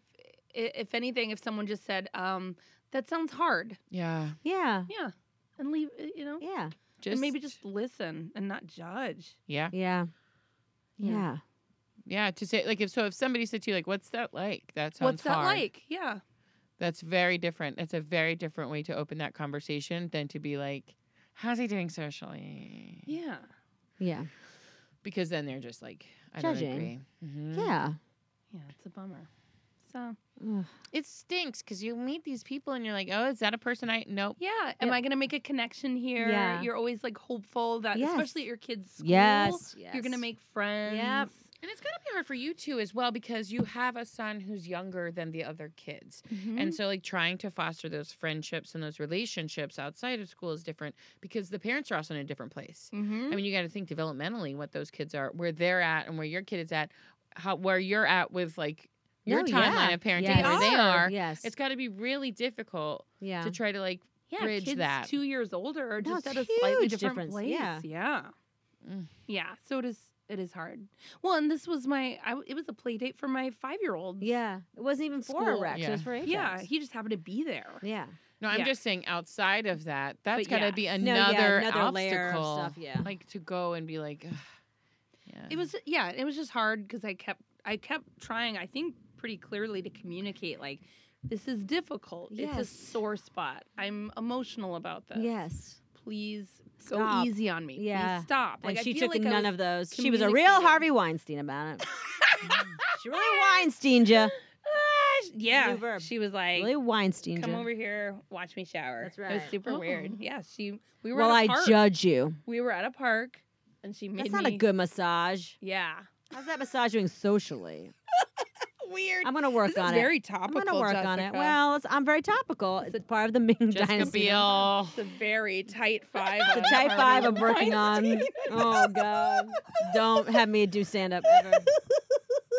i- if anything, if someone just said, um, that sounds hard. yeah. Yeah. Yeah. And leave you know. Yeah. Just And maybe just listen and not judge. yeah. Yeah. Yeah. Yeah. Yeah. To say like if so if somebody said to you like, What's that like? That sounds What's that hard." like? Yeah. That's very different. That's a very different way to open that conversation than to be like, How's he doing socially? Yeah. Yeah. Because then they're just like, I Judging. don't agree. Mhm. Yeah. Yeah, it's a bummer. So Ugh. It stinks because you meet these people and you're like, Oh, is that a person I nope. yeah, am Yep. I gonna make a connection here? Yeah. You're always like hopeful that Yes. especially at your kids' school Yes. you're gonna yes. make friends. And it's gotta be hard for you too as well because you have a son who's younger than the other kids. And And so, like, trying to foster those friendships and those relationships outside of school is different because the parents are also in a different place. Mm-hmm. I mean, you got to think developmentally what those kids are, where they're at, and where your kid is at, how where you're at with like your No, timeline yeah. of parenting, Yes. where Oh, they Are. are. Yes. It's got to be really difficult yeah. to try to like, yeah, bridge kids that. two years older are No, just it's at a slightly huge different difference, place. yeah. Yeah. Mm. Yeah, So it is it is hard. Well, and this was my I, it was a play date for my five year old. yeah. It wasn't even for a School. Rex. It was Yeah. for Ajax. Yeah. He just happened to be there. Yeah. no, I'm Yeah. just saying outside of that, that's But got to yeah. be No, another, yeah, obstacle. another layer of stuff. Yeah. Like, to go and be like, "Ugh." yeah. It was yeah, it was just hard because I kept I kept trying. I think pretty clearly to communicate like this is difficult. Yes. It's a sore spot. I'm emotional about this. Yes. please Stop. go easy on me. Yeah. please stop. And I she feel took like I none was- of those. She was a real communicating. Harvey Weinstein about it. she really Weinstein you. Ah, sh- yeah. New verb. She was like, Really Weinstein come over here, watch me shower. That's It was right. Oh. super Uh-oh. weird. Yeah, she. We were Well, at I a park. judge you. we were at a park, and she made That's not me. a good massage. Yeah. How's that massage doing socially? Weird. I'm gonna work this on is it. very I'm topical. gonna work on it. Jessica. Well, it's, I'm very topical. It's part of the Ming Jessica Dynasty. Biel. It's a very tight five. on It's a type Harvey five I'm working on. Weinstein. Oh God! Don't have me do stand up ever.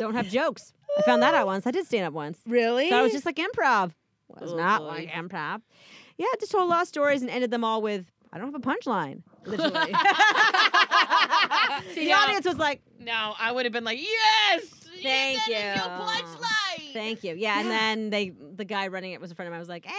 Don't have jokes. I found that out once. I did stand up once. Really? Thought it was just like improv. Was Oh, not boy. like improv. Yeah, just told a lot of stories and ended them all with I don't have a punchline. Literally. See, the now- audience was like, No, I would have been like, yes, Thank that is you. your punchline. Thank you. Yeah, and Yeah. then they the guy running it was a friend of mine. was like,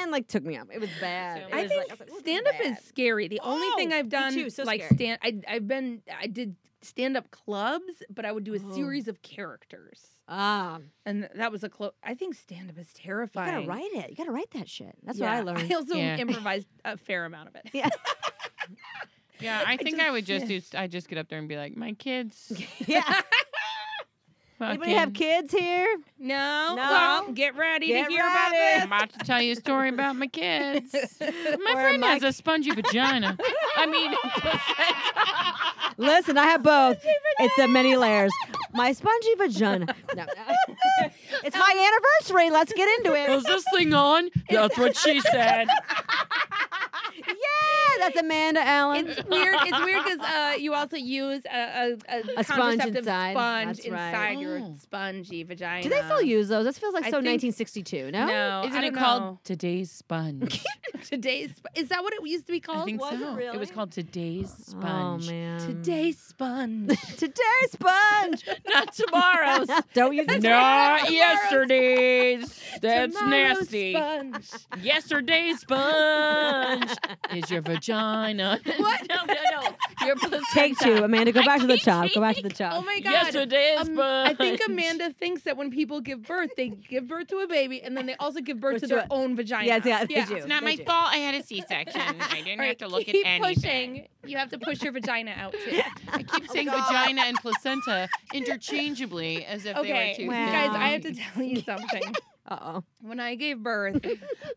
and like took me up. It was bad. So It I was think like, I was like, "Ooh, this stand up is bad." scary. The only thing Oh, I've me done, too, so like scary. stand, I, I've been, I did stand up clubs, but I would do a Oh. series of characters, ah. and that was a close. I think stand up is You terrifying. gotta write it. You gotta write that shit. That's Yeah. what I I learned. also Yeah. improvised a fair amount of it. Yeah, I think I, just- would just yeah. do. I just get up there and be like, my kids. yeah. Anybody have fucking- kids here? No, No. well, get ready Get to hear ready. I'm about to tell you a story about my kids. about this. My Or friend my has a spongy vagina. I mean, Listen, I have both. It's the many layers. My spongy vagina. No, no. it's my anniversary. Let's get into it. was this thing on? That's what she said. Yeah, that's Amanda Allen. It's weird. It's weird because uh, you also use a, a, a, A sponge contraceptive inside. sponge That's right. inside your Oh. spongy vagina. Do they still use those? That feels like I so think- 1962. No. Oh, No, I Isn't it don't called know. Today's Sponge? today's? sp- Is that what it used to be called? I think was it so. It was really? called Today's Oh Sponge. man. Today's sponge. Today sponge. Not tomorrow's. Don't use Not yesterday's. That's Tomorrow's nasty. Sponge. Yesterday's sponge is your vagina. What? No, no, no. Your placenta. Take two, Amanda. Go back to the top. Go back to the Oh top. my god. Yesterday's Um, sponge. I think Amanda thinks that when people give birth, they give birth to a baby and then they also give birth Let's to do their it. own vagina. Yes, yeah, they do. It's not my Thank you. fault. I had a C-section. I didn't All have right, to look at keep anything. pushing. Oh You have to push your vagina out too. I keep saying God. vagina and placenta interchangeably as if Okay, they were two Wow. guys, I have to things. tell you something. Uh oh. when I gave birth,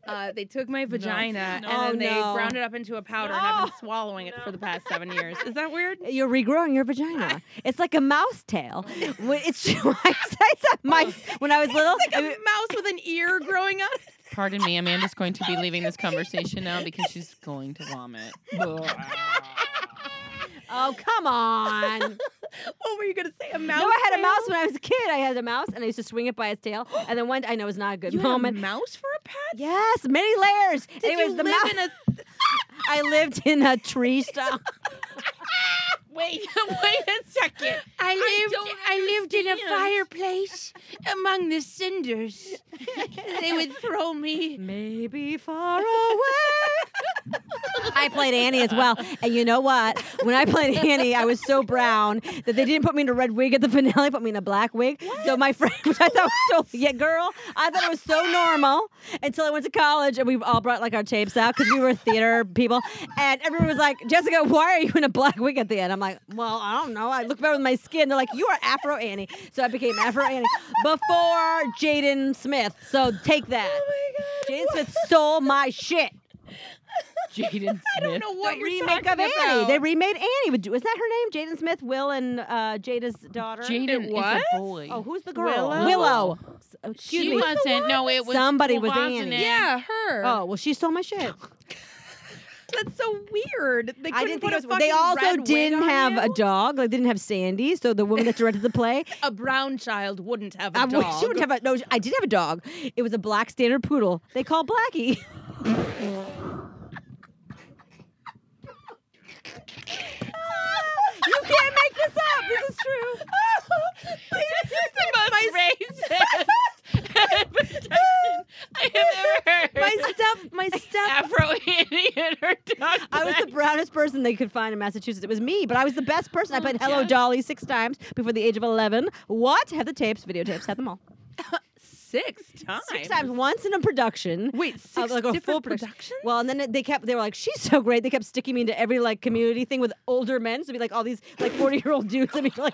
uh, they took my vagina No. and Oh, then they no. ground it up into a powder, and I've been No. swallowing it for the past seven years. Is that weird? You're regrowing your vagina. It's like a mouse tail. When It's, I said mice when I was little. Like a it- mouse with an ear growing out. Pardon me, Amanda's going to be leaving this conversation now because she's going to vomit. oh come on! What Oh, were you gonna say? A mouse? no, I had a tail? mouse when I was a kid. I had a mouse, and I used to swing it by its tail. And then one, I know it's not a good You had a moment. mouse for a pet? Yes, many layers. Did Anyways, you the live mouse. in a I lived in a tree stump. Wait, wait a second. I lived. I, lived in a understand. fireplace among the cinders. they would throw me. Maybe far away. I played Annie as well. And you know what? When I played Annie, I was so brown that they didn't put me in a red wig at the finale, put me in a black wig. So my friend, which I thought was so, yeah, girl, I thought it was so normal until I went to college and we all brought like our tapes out because we were theater people. And everyone was like, Jessica, why are you in a black wig at the end? I'm like, well, I don't know. I look better with my skin. They're like, you are Afro Annie. So I became Afro Annie before Jaden Smith. So take that. Jaden Smith stole my shit. Jaden Smith. I don't know what the you're remake talking of Annie. about. They remade Annie. With, isn't that her name? Jaden Smith, Will, and uh, Jada's daughter. Jaden is was? a boy. Oh, who's the girl? Willow? Willow. S- uh, Excuse she me. wasn't. No, it was Somebody was wasn't Annie. it? yeah, her. Oh well, she stole my shit. That's so weird. They I couldn't didn't put a think it was. They fucking also red wig didn't on have you? a dog. They didn't have Sandy. So the woman that directed the play, a brown child wouldn't have a I dog. wish she would have a no. sh- I did have a dog. It was a black standard poodle. They call Blackie. you can't make this up. This is true. This is the most racist introduction I have ever heard. My step, my step Afro Annie and her dog. I was the brownest person they could find in Massachusetts. It was me, but I was the best person. I Oh, played Hello Jess. Dolly six times before the age of 11. What? Have the tapes, videotapes, have them all. six times. Six times, once in a production. Wait, six like a different full produc- productions. Well, and then it- they kept, they were like, she's so great. They kept sticking me into every like community thing with older men. So it'd be like all these like 40 year old dudes. I'd be like,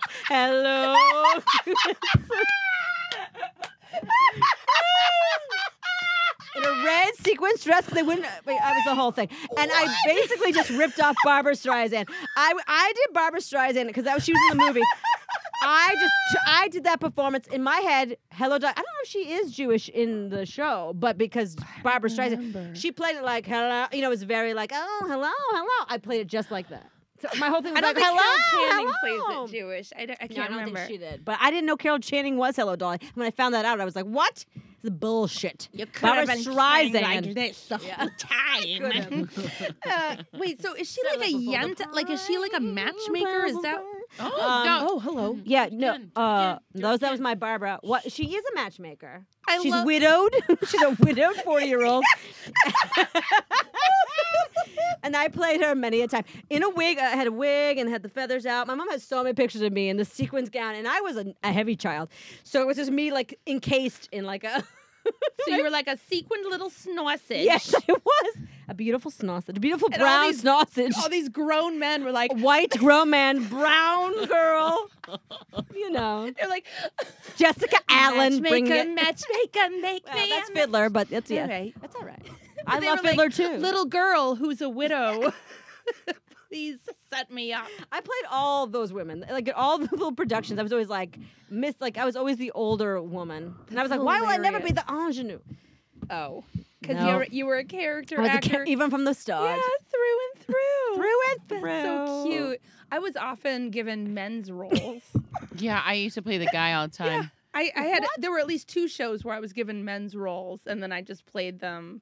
hello. students." In a red sequin dress, 'cause they wouldn't. uh, Wait, I was the whole thing, and I basically just ripped off Barbara Streisand. I, I did Barbara Streisand because that was, she was in the movie. I just I did that performance in my head. Hello, Dolly. I don't know if she is Jewish in the show, but because Barbara Streisand, she played it like hello, you know, it was very like oh hello, hello. I played it just like that. So my whole thing was I don't like think hello, Carol Channing hello. plays it Jewish. I, don't, I No, can't I don't remember. think she did, but I didn't know Carol Channing was Hello Dolly. And When I found that out, I was like, "What? This is bullshit." You could Barbra Streisand. this the Yeah. whole time. uh, wait, so is she Set like a it up before the yenta? Like, is she like a matchmaker? Is that? Oh, Um, no. Oh, hello. Yeah, Do it no, again, do it uh, again, do it those that was again. my Barbara. What? She is a matchmaker. I She's love. widowed. She's a widowed 40 year old. and I played her many a time in a wig. I had a wig and had the feathers out. My mom has so many pictures of me in the sequins gown, and I was a, a heavy child, so it was just me like encased in like a. so you were like a sequined little snossage. yes, I was a beautiful sausage, a beautiful And all brown these- sausage. All these grown men were like, White grown man, brown girl. You know, they're like, Jessica Allen. matchmaker, bringing it. matchmaker, make Well, me. that's a Fiddler, but that's match- yeah, All right. that's all right. But I they love were like, Fiddler too. Little girl who's a widow. Please set me up. I played all those women, like at all the little productions. I was always like miss, like I was always the older woman, and I was That's like, why will I never be the ingenue? Oh, because No. you you were a character I was a actor. ca- even from the start, yeah, through and through. through and through. That's so cute. I was often given men's roles. Yeah, I used to play the guy all the time. Yeah. I, I had there were at least two shows where I was given men's roles, and then I just played them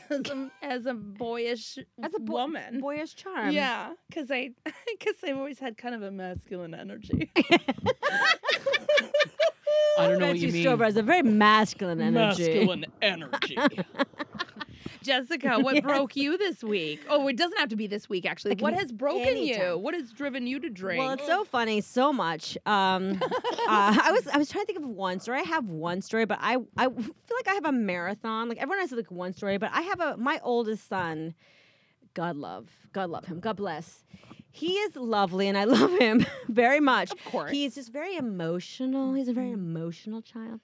as a, as a boyish As a bo- woman. boyish charm. Yeah, because I because I've always had kind of a masculine energy. I don't know what Betsy you mean. Stover has a very masculine energy. energy. Jessica, what Yes. broke you this week? Oh, it doesn't have to be this week actually. It can What be has broken you? anytime. What has driven you to drink? Well, it's so funny, so much. Um, uh, I was I was trying to think of one story. I have one story, but I I feel like I have a marathon. Like everyone has like one story, but I have a my oldest son God love. God love him. God bless. He is lovely and I love him very much. Of course. Mm-hmm. He's just very emotional. He's a very emotional child.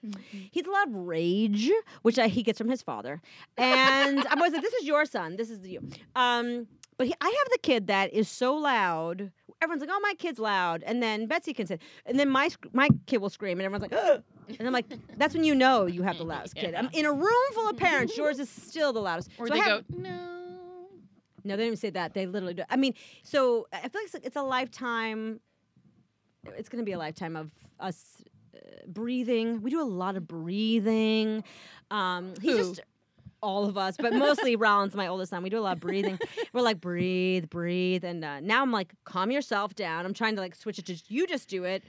He's a lot of rage, which I, he gets from his father. And I was like, this is your son. This is you. Um, but he, I have the kid that is so loud. Everyone's like, oh, my kid's loud. And then Betsy can say, and then my, sc- my kid will scream, and everyone's like, Ugh! and I'm like, that's when you know you have the loudest kid. I'm in a room full of parents. Yours is still the loudest. or So I they have- go, no. no, they don't even say that. They literally do. I mean, so I feel like it's, it's a lifetime. It's going to be a lifetime of us uh, breathing. We do a lot of breathing. Um, he's Who? just all of us, but mostly Rollins, my oldest son. We do a lot of breathing. We're like breathe, breathe, and uh, now I'm like calm yourself down. I'm trying to like switch it to you just do it.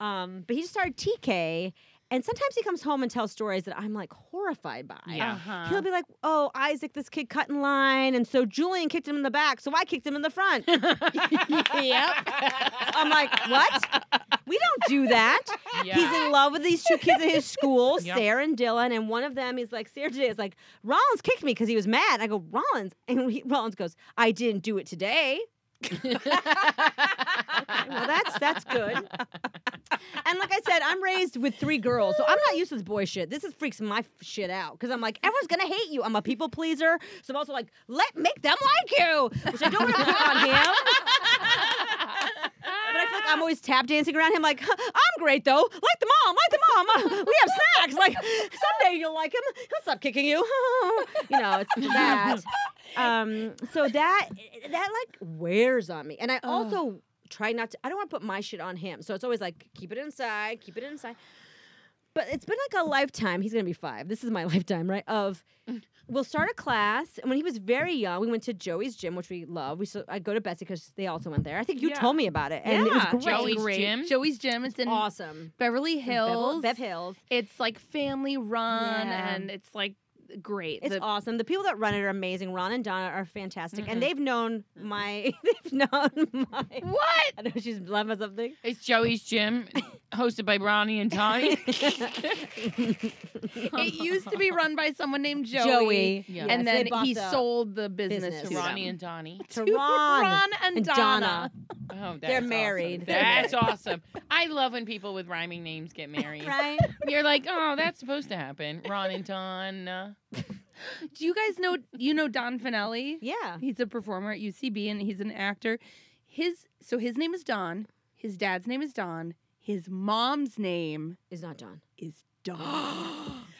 Um, but he just started TK, and sometimes he comes home and tells stories that I'm like horrified by. Yeah. Uh-huh. He'll be like, "Oh, Isaac, this kid cut in line, and so Julian kicked him in the back, so I kicked him in the front." I'm like, "What? We don't do that." Yeah. He's in love with these two kids at his school, Yep. Sarah and Dylan, and one of them is like, "Sarah today is like, Rollins kicked me because he was mad." I go, "Rollins," and he, Rollins goes, "I didn't do it today." Well, that's that's good. And like I said, I'm raised with three girls, so I'm not used to this boy shit. This is freaks my f- shit out because I'm like, everyone's gonna hate you. I'm a people pleaser, so I'm also like, let make them like you, which I don't want to put on him. But I feel like I'm always tap dancing around him, like, I'm great though. Like the mom, like the mom. Uh, We have snacks. Like someday you'll like him. He'll stop kicking you. you know, it's that. Um, so that that like wears on me, and I also try not to. I don't want to put my shit on him, so it's always like keep it inside, keep it inside. But it's been like a lifetime. He's gonna be five. This is my lifetime, right? Of we'll start a class, and when he was very young, we went to Joey's gym, which we love. We so I go to Betsy because they also went there. I think you Yeah. told me about it, and it Yeah, was great. Joey's Great. gym? Joey's Gym. It's in awesome. Beverly Hills. Bev Hills. It's like family run, Yeah. and it's like great. It's The- awesome. The people that run it are amazing. Ron and Donna are fantastic, Mhm. and they've known my. They've known my. what? I know she's laughing at something. It's Joey's Gym, hosted by Ronnie and Tommy. It used to be run by someone named Joey, Joey, Yeah. and Yes, they then bought he the- sold the business, business. to To Ronnie Ronnie and Donnie. to To Ron, Ron and, and Donna. Donna. Oh, that's They're awesome. married. That's awesome. I love when people with rhyming names get married. Right? You're like, oh, that's supposed to happen. Ron and uh, Donna. Do you guys know? You know Don Finelli? Yeah. He's a performer at UCB and he's an actor. His so his name is Don. His dad's name is Don. His mom's name Is not Don. is Don.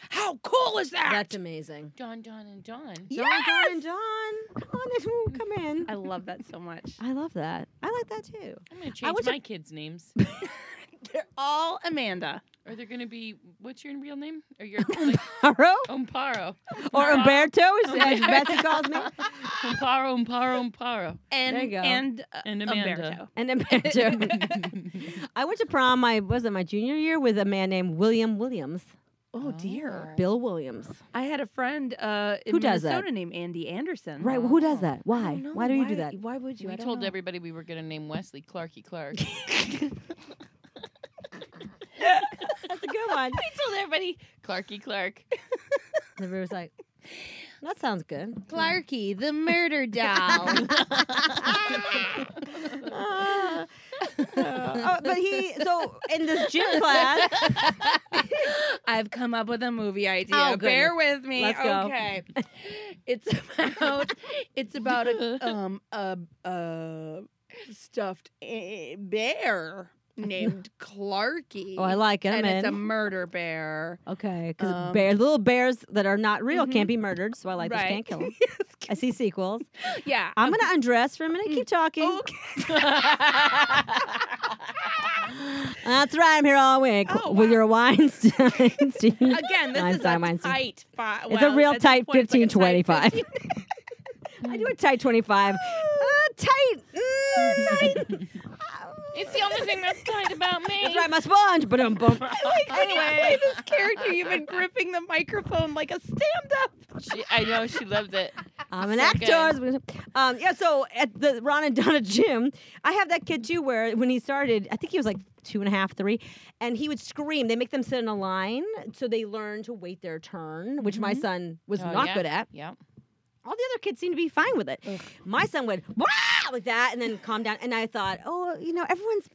How cool is that? That's amazing. Don, Don, and Don. Don, Don, and Don. Come on, ooh, come in. I love that so much. I love that. I like that too. I'm gonna change went to- my kids' names. They're all Amanda. Are they gonna be? What's your real name? Or your like, Haro Omparo? or Umberto, as, as Umberto. Betsy calls me. Omparo, Omparo, Omparo, And There you go. and uh, and Amanda. Umberto. And Umberto. I went to prom my was it my junior year with a man named William Williams. Oh, Ah. dear. Bill Williams. I had a friend uh in Who does that? Minnesota named Andy Anderson. Right. Who does Oh. that? I Why? don't know. Why do you do that? Why would you? we I don't told know. everybody we were gonna name Wesley Clarky Clark. That's a good I one. told everybody Clarky Clark. Everybody was like, that sounds good. Clarky, the murder doll. Oh. Uh, uh, but he so in this gym class. I've come up with a movie idea. Oh, Bear with me. Let's go. Okay. It's about it's about a um a, a stuffed eh, bear named Clarky. Oh, I like it. I'm and it's a in. murder bear. Okay, because Um, bear, little bears that are not real Mhm. can't be murdered, so I like this. Can't kill them. I see sequels. yeah. I'm gonna undress for a minute. Keep talking. Okay. That's right. I'm here all week Oh, with wow. your Weinstein. Again, this is a Weinstein, Weinstein. tight fi- It's well, a real at this tight point, it's like a 15, tight 25. 15. I do a tight 25. Uh, tight. Mm, tight. It's the only thing that's tight about me. That's right, my sponge. But um, bum. I can't play this character. You've been gripping the microphone like a stand-up. She, I know she loved it. I'm an So good. actor. Um, yeah, so at the Ron and Donna gym, I have that kid too, where when he started, I think he was like two and a half, three, and he would scream. They make them sit in a Mm-hmm. line so they learn to wait their turn, which my son was Oh, not yeah. good at. Yep. all the other kids seemed to be fine with it. Ugh. My son would "Wah!" like that and then calm down. And I thought, oh, you know, everyone's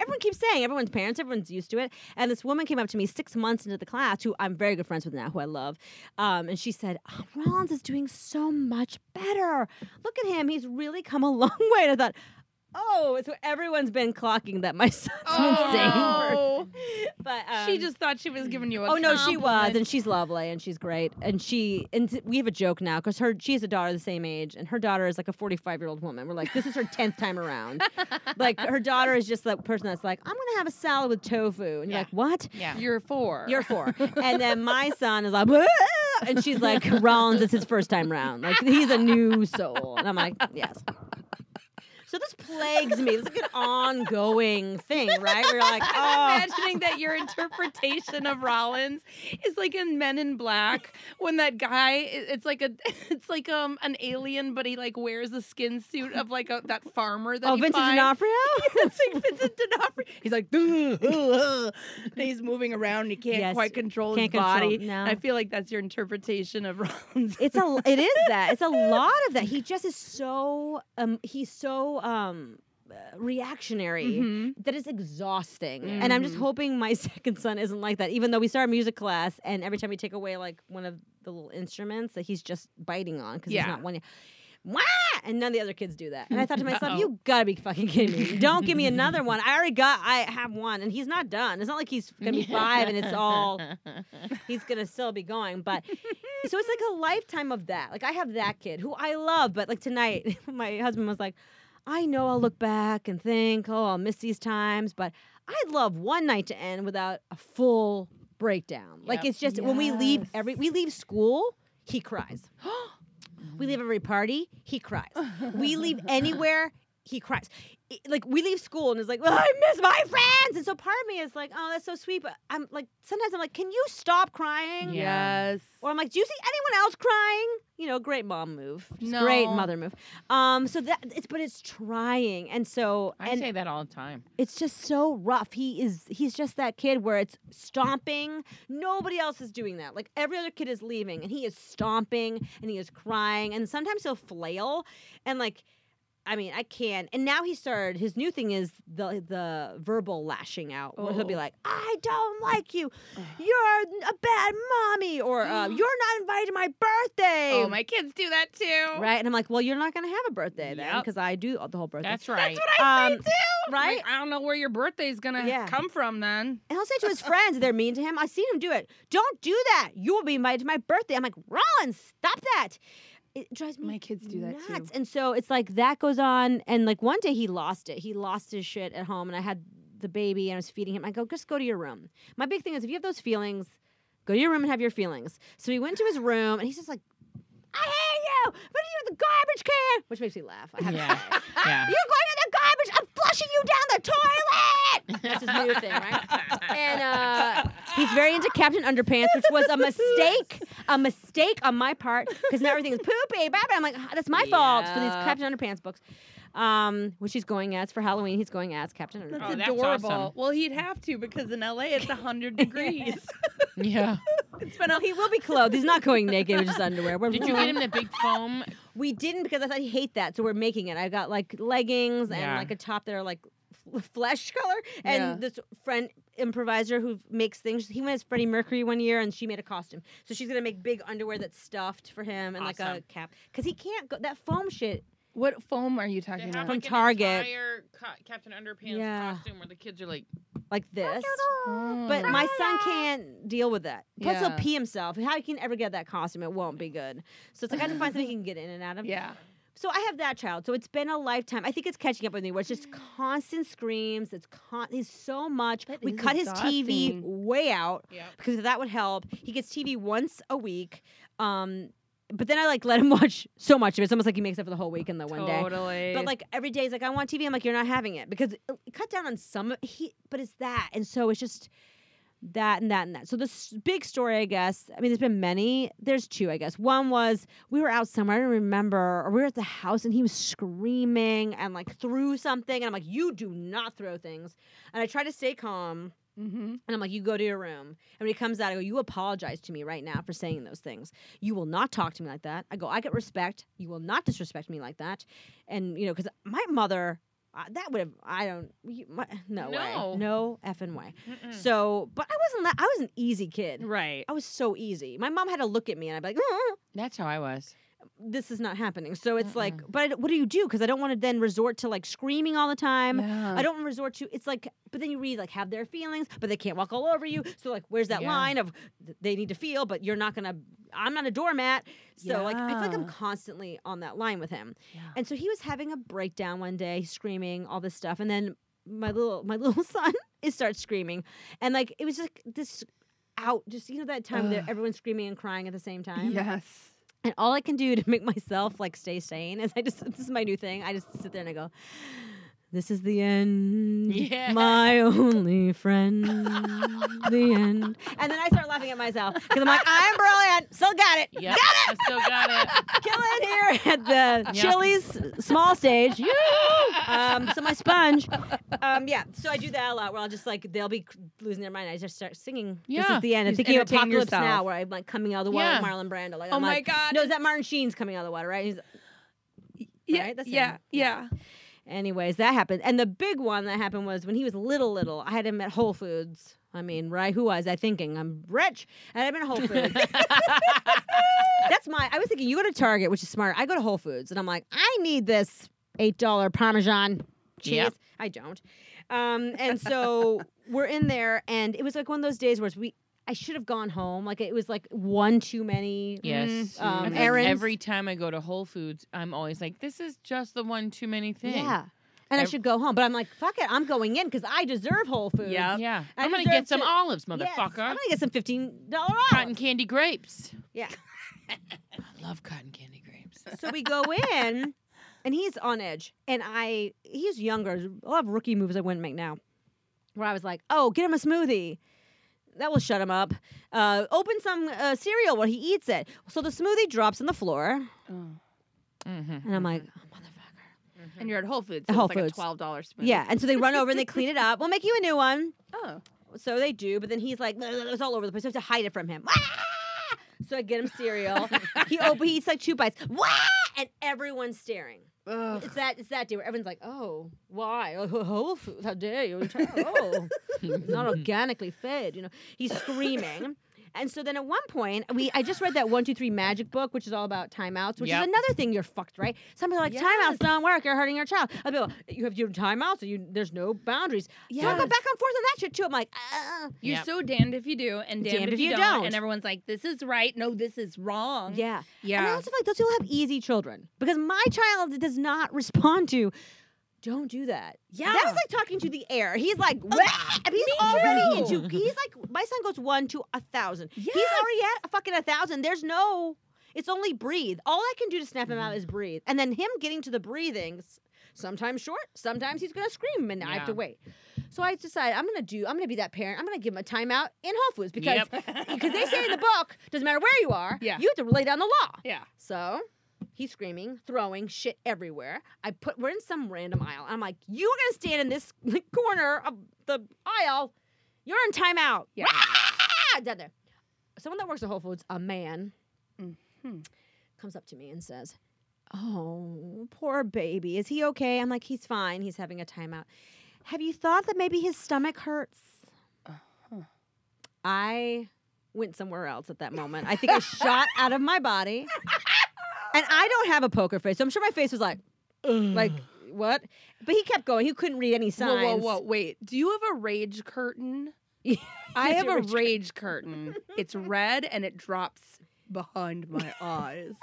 everyone keeps saying everyone's parents, everyone's used to it. And this woman came up to me six months into the class, who I'm very good friends with now, who I love, um, and she said, oh, Rollins is doing so much better. Look at him; he's really come a long way. And I thought. Oh, so everyone's been clocking that my son's been saying. for- Oh, But um, she just thought she was giving you a. oh no she was compliment. and she's lovely and she's great and she and t- we have a joke now because her she has a daughter the same age and her daughter is like a 45 year old woman we're like this is her 10th time around like her daughter is just that person that's like i'm gonna have a salad with tofu and you're Yeah. like what Yeah. You're four. you're four and then my son is like "Wah!" and she's like rollins it's his first time round like he's a new soul and i'm like yes so this plagues me. It's like an ongoing thing, right? We're like, oh, I'm imagining that your interpretation of Rollins is like in Men in Black when that guy i- it's like a it's like um an alien but he like wears the skin suit of like a, that farmer that oh, he Vincent finds. D'Onofrio. It's like Vincent D'Onofrio. He's like, "Ugh, ugh, ugh," and he's moving around. And he can't Yes, quite control can't his control, body. no. I feel like that's your interpretation of Rollins. It's a it is that. It's a lot of that. He just is so um he's so um uh, reactionary. Mhm. that is exhausting. And I'm just Mhm. hoping my second son isn't like that. Even though we start music class, and every time we take away like one of the little instruments that he's just biting on because Yeah. he's not one. Wah! And none of the other kids do that. And I thought to myself, you gotta be fucking kidding me. Don't give me another one. I already got, I have one, and he's not done. It's not like he's gonna be five and it's all he's gonna still be going. But so it's like a lifetime of that. Like I have that kid who I love, but like tonight, my husband was like, I know I'll look back and think, oh, I'll miss these times, but I'd love one night to end without a full breakdown. Like Yep. it's just when we leave Yes. every we leave school, he cries. We leave every party, he cries. We leave anywhere, he cries. I- Like we leave school and it's like, well, I miss my friends. And so part of me is like, oh, that's so sweet. But I'm like, sometimes I'm like, can you stop crying? Yeah. Yes. Or I'm like, do you see anyone else crying? You know, great mom move, Just great No. mother move. Um, so that it's but it's trying, and so I and say that all the time. it's just so rough. He is he's just that kid where it's stomping. Nobody else is doing that. Like every other kid is leaving and he is stomping and he is crying and sometimes he'll flail and like I mean, I can. And now he started his new thing is the the verbal lashing out where he'll be Oh. like, "I don't like you. You're a bad mommy or uh, you're not invited to my birthday." Oh, my kids do that too. Right? And I'm like, "Well, you're not going to have a birthday then Yep. because I do the whole birthday." That's right. um, Like, right? I don't know where your birthday's gonna Yeah. come from then. And he'll say to his friends, they're mean to him. I've seen him do it. Don't do that. You will be invited to my birthday. I'm like, Rollins, stop that. It drives me My kids do that too. nuts. And so it's like that goes on. And like one day he lost it. He lost his shit at home. And I had the baby and I was feeding him. I go, just go to your room. My big thing is if you have those feelings, go to your room and have your feelings. So he went to his room and he's just like, I hate you. Put you in the garbage can, which makes me laugh. I have Yeah. to say. Yeah. You're going to the garbage. I'm flushing you down the toilet. That's his new thing, right? And uh, he's very into Captain Underpants, which was a mistake, a mistake on my part because now everything is poopy. Blah, blah. I'm like, "Ah, that's my fault for these Yeah. Captain Underpants books, um, which he's going as for Halloween. He's going as Captain That's Underpants. Oh, that's adorable. awesome. Well, he'd have to because in LA it's 100 degrees. yeah. It's been a He will be clothed. He's not going naked with just underwear. We're- Did you get him the big foam? We didn't because I thought he hate that, so we're making it. I got like leggings and Yeah. like a top that are like f- flesh color. And Yeah. this friend improviser who makes things. He went as Freddie Mercury one year, and she made a costume. So she's gonna make big underwear that's stuffed for him and like a Awesome. cap because he can't go that foam shit. What foam are you They talking have, about? From like, an Target. entire co- Captain Underpants Yeah. costume where the kids are like, Like this, Oh. but my son can't deal with that. Plus, Yeah. he'll pee himself. How he can ever get that costume? It won't be good. So it's like I have to find something he can get in and out of. yeah. So I have that child. So it's been a lifetime. I think it's catching up with me. Where it's just Mm. constant screams. It's con. He's so much. That we is cut his TV exhausting. way out yeah. because that would help. He gets TV once a week. Um, but then I like let him watch so much of it. It's almost like he makes up for the whole week in the one day. Totally. But like every day, he's like, "I want TV." I'm like, "You're not having it," because uh, cut down on some. He, but it's that, and so it's just that and that and that. So the s- big story, I guess. I mean, there's been many. There's two, I guess. One was we were out somewhere. I don't remember, or we were at the house, and he was screaming and like threw something, and I'm like, "You do not throw things." And I try to stay calm, Mm-hmm. and I'm like, "You go to your room." And when he comes out, I go, "You apologize to me right now for saying those things. You will not talk to me like that." I go, "I get respect. You will not disrespect me like that." And you know, because my mother. Uh, that would have I don't you, my, no, No. Hmm. way no effing way Mm-mm. so, but I wasn't that. I was an easy kid. Right. I was so easy. My mom had to look at me, and I'd be like, "Uh, That's how I was. "This is not happening." So it's like, but I- what do you do? Because I don't want to then resort to like screaming all the time. yeah. I don't want to resort to. It's like, but then you read like have their feelings, but they can't walk all over you. So like, where's that Yeah. line of th- they need to feel, but you're not gonna. I'm not a doormat. So like, I feel like I'm Yeah. constantly on that line with him. Yeah. And so he was having a breakdown one day, screaming all this stuff, and then my little my little son is starts screaming, and like it was just like this out, just you know that time where Ugh. everyone's screaming and crying at the same time. Yes. And all I can do to make myself like stay sane is I just this is my new thing. I just sit there and I go, "This is the end, Yeah. my only friend, the end." And then I start laughing at myself because I'm like, "I'm brilliant, still got it." Yep, I still got it. Kill it here at the Yeah. Chili's small stage. You. Um, so my sponge. Um, yeah. So I do that a lot where I'll just like they'll be c- losing their mind. I just start singing. This Yeah. is the end. I'm Just thinking of entertain apocalypse yourself. now where I'm like coming out of the water Yeah. with Marlon Brando. Like, Oh I'm my like, God. No, is that Martin Sheen's coming out of the water, right? He's, Yeah. right? That's yeah. him. Yeah. anyways, that happened. And the big one that happened was when he was little, little. I had him at Whole Foods. I mean, right? Who was I thinking? I'm rich. I had him at Whole Foods. That's my. I was thinking you go to Target, which is smart. I go to Whole Foods, and I'm like, I need this eight dollar Parmesan cheese. Yep. I don't. Um, and so we're in there, and it was like one of those days where we. I should have gone home. Like it was like one too many. yes. Um, I feel like errands. every time I go to Whole Foods, I'm always like, this is just the one too many thing. Yeah. And I Ev- should go home, but I'm like, fuck it, I'm going in because I deserve Whole Foods. Yep. Yeah. I I'm going to deserve get some to- olives, Yes, I'm motherfucker. gonna get some fifteen dollar Cotton candy grapes. Yeah. I love cotton candy grapes. So we go in, and he's on edge. And I, he's younger. A lot of rookie moves I wouldn't make now. Where I was like, oh, get him a smoothie. That will shut him up. Uh, open some uh, cereal while he eats it. So the smoothie drops on the floor, Oh. Mm-hmm. and I'm like, oh, motherfucker. And you're at Whole Foods. So Whole it's Foods. Like a Twelve dollars spoon. Yeah. And so they run over and they clean it up. We'll make you a new one. Oh. So they do, but then he's like, it's all over the place. I have to hide it from him. Ah! So I get him cereal. he open, he eats like two bites. Wah! And everyone's staring. It's that it's that day where everyone's like, oh, why? Oh, Whole Foods, how dare you? Oh, Mm-hmm. not organically fed, you know. He's screaming. And so then at one point, we I just read that one two three magic book, which is all about timeouts, which Yep. is another thing you're fucked, right? Some people are like timeouts don't work, you're hurting your child. Other people, you have your timeouts, or you, there's no boundaries. So I go Yes. back and forth on that shit too. I'm like, ah. You're Yep. so damned if you do, and damned, if, you, don't. And everyone's like, "This is right. No, this is wrong." yeah. And I Um, Yeah. also feel like those people have easy children because my child does not respond to. Don't do that. Yeah. Oh, that was like talking to the air. He's like, "Wah!" I mean, he's already too. into. He's like, my son goes one to a thousand. He's Yes. already at a fucking a thousand. There's no. It's only breathe. All I can do to snap him Mm-hmm. out is breathe, and then him getting to the breathing. s- Sometimes short, sometimes he's gonna scream, and I have to Yeah. wait. So I decide I'm gonna do. I'm gonna be that parent. I'm gonna give him a timeout in Whole Foods because because they say in the book, doesn't matter where you are, Yeah. you have to lay down the law. Yeah. So he's screaming, throwing shit everywhere. I put we're in some random aisle. I'm like, you are gonna stand in this corner of the aisle. You're in timeout. Yeah. Rah! Down there. Someone that works at Whole Foods, a man, Mhm. comes up to me and says, Oh, poor baby. Is he okay? I'm like, he's fine. He's having a timeout. Have you thought that maybe his stomach hurts? Uh-huh. I went somewhere else at that moment. I think I shot out of my body. And I don't have a poker face. So I'm sure my face was like, like, what? But he kept going. He couldn't read any Whoa, signs. whoa, whoa! Wait. Do you have a rage curtain? Yes, I you have a have a rage curtain. It's red and it drops behind my eyes.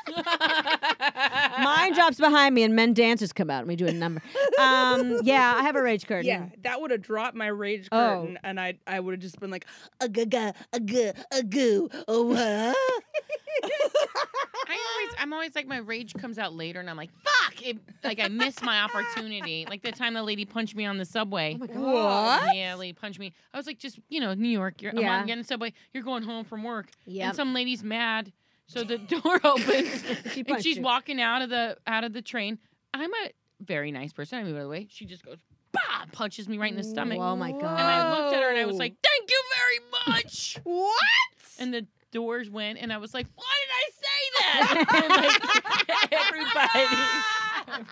Mine drops behind me, and men dancers come out, and we do a number. Um, yeah, I have a rage curtain. Yeah, that would have dropped my rage Oh. curtain, and I I would have just Oh been like a ga ga a ga a goo oh what? I always, I'm always like my rage comes out later, and I'm like, fuck! It, like I missed my opportunity. Like the time the lady punched me on the subway. Oh my god. Yeah, lady punched me. I was like, just you know, New York. You're, Yeah. I'm on getting the subway. You're going home from work, Yeah. and some lady's mad, so the door opens, She and punched she's you. walking out of the out of the train. I'm a very nice person. I mean, by the way, she just goes, bah, punches me right in the stomach. Whoa, my God. And I looked at her and I was like, thank you very much. What? and the doors went, and I was like, "Why did I say that?" And,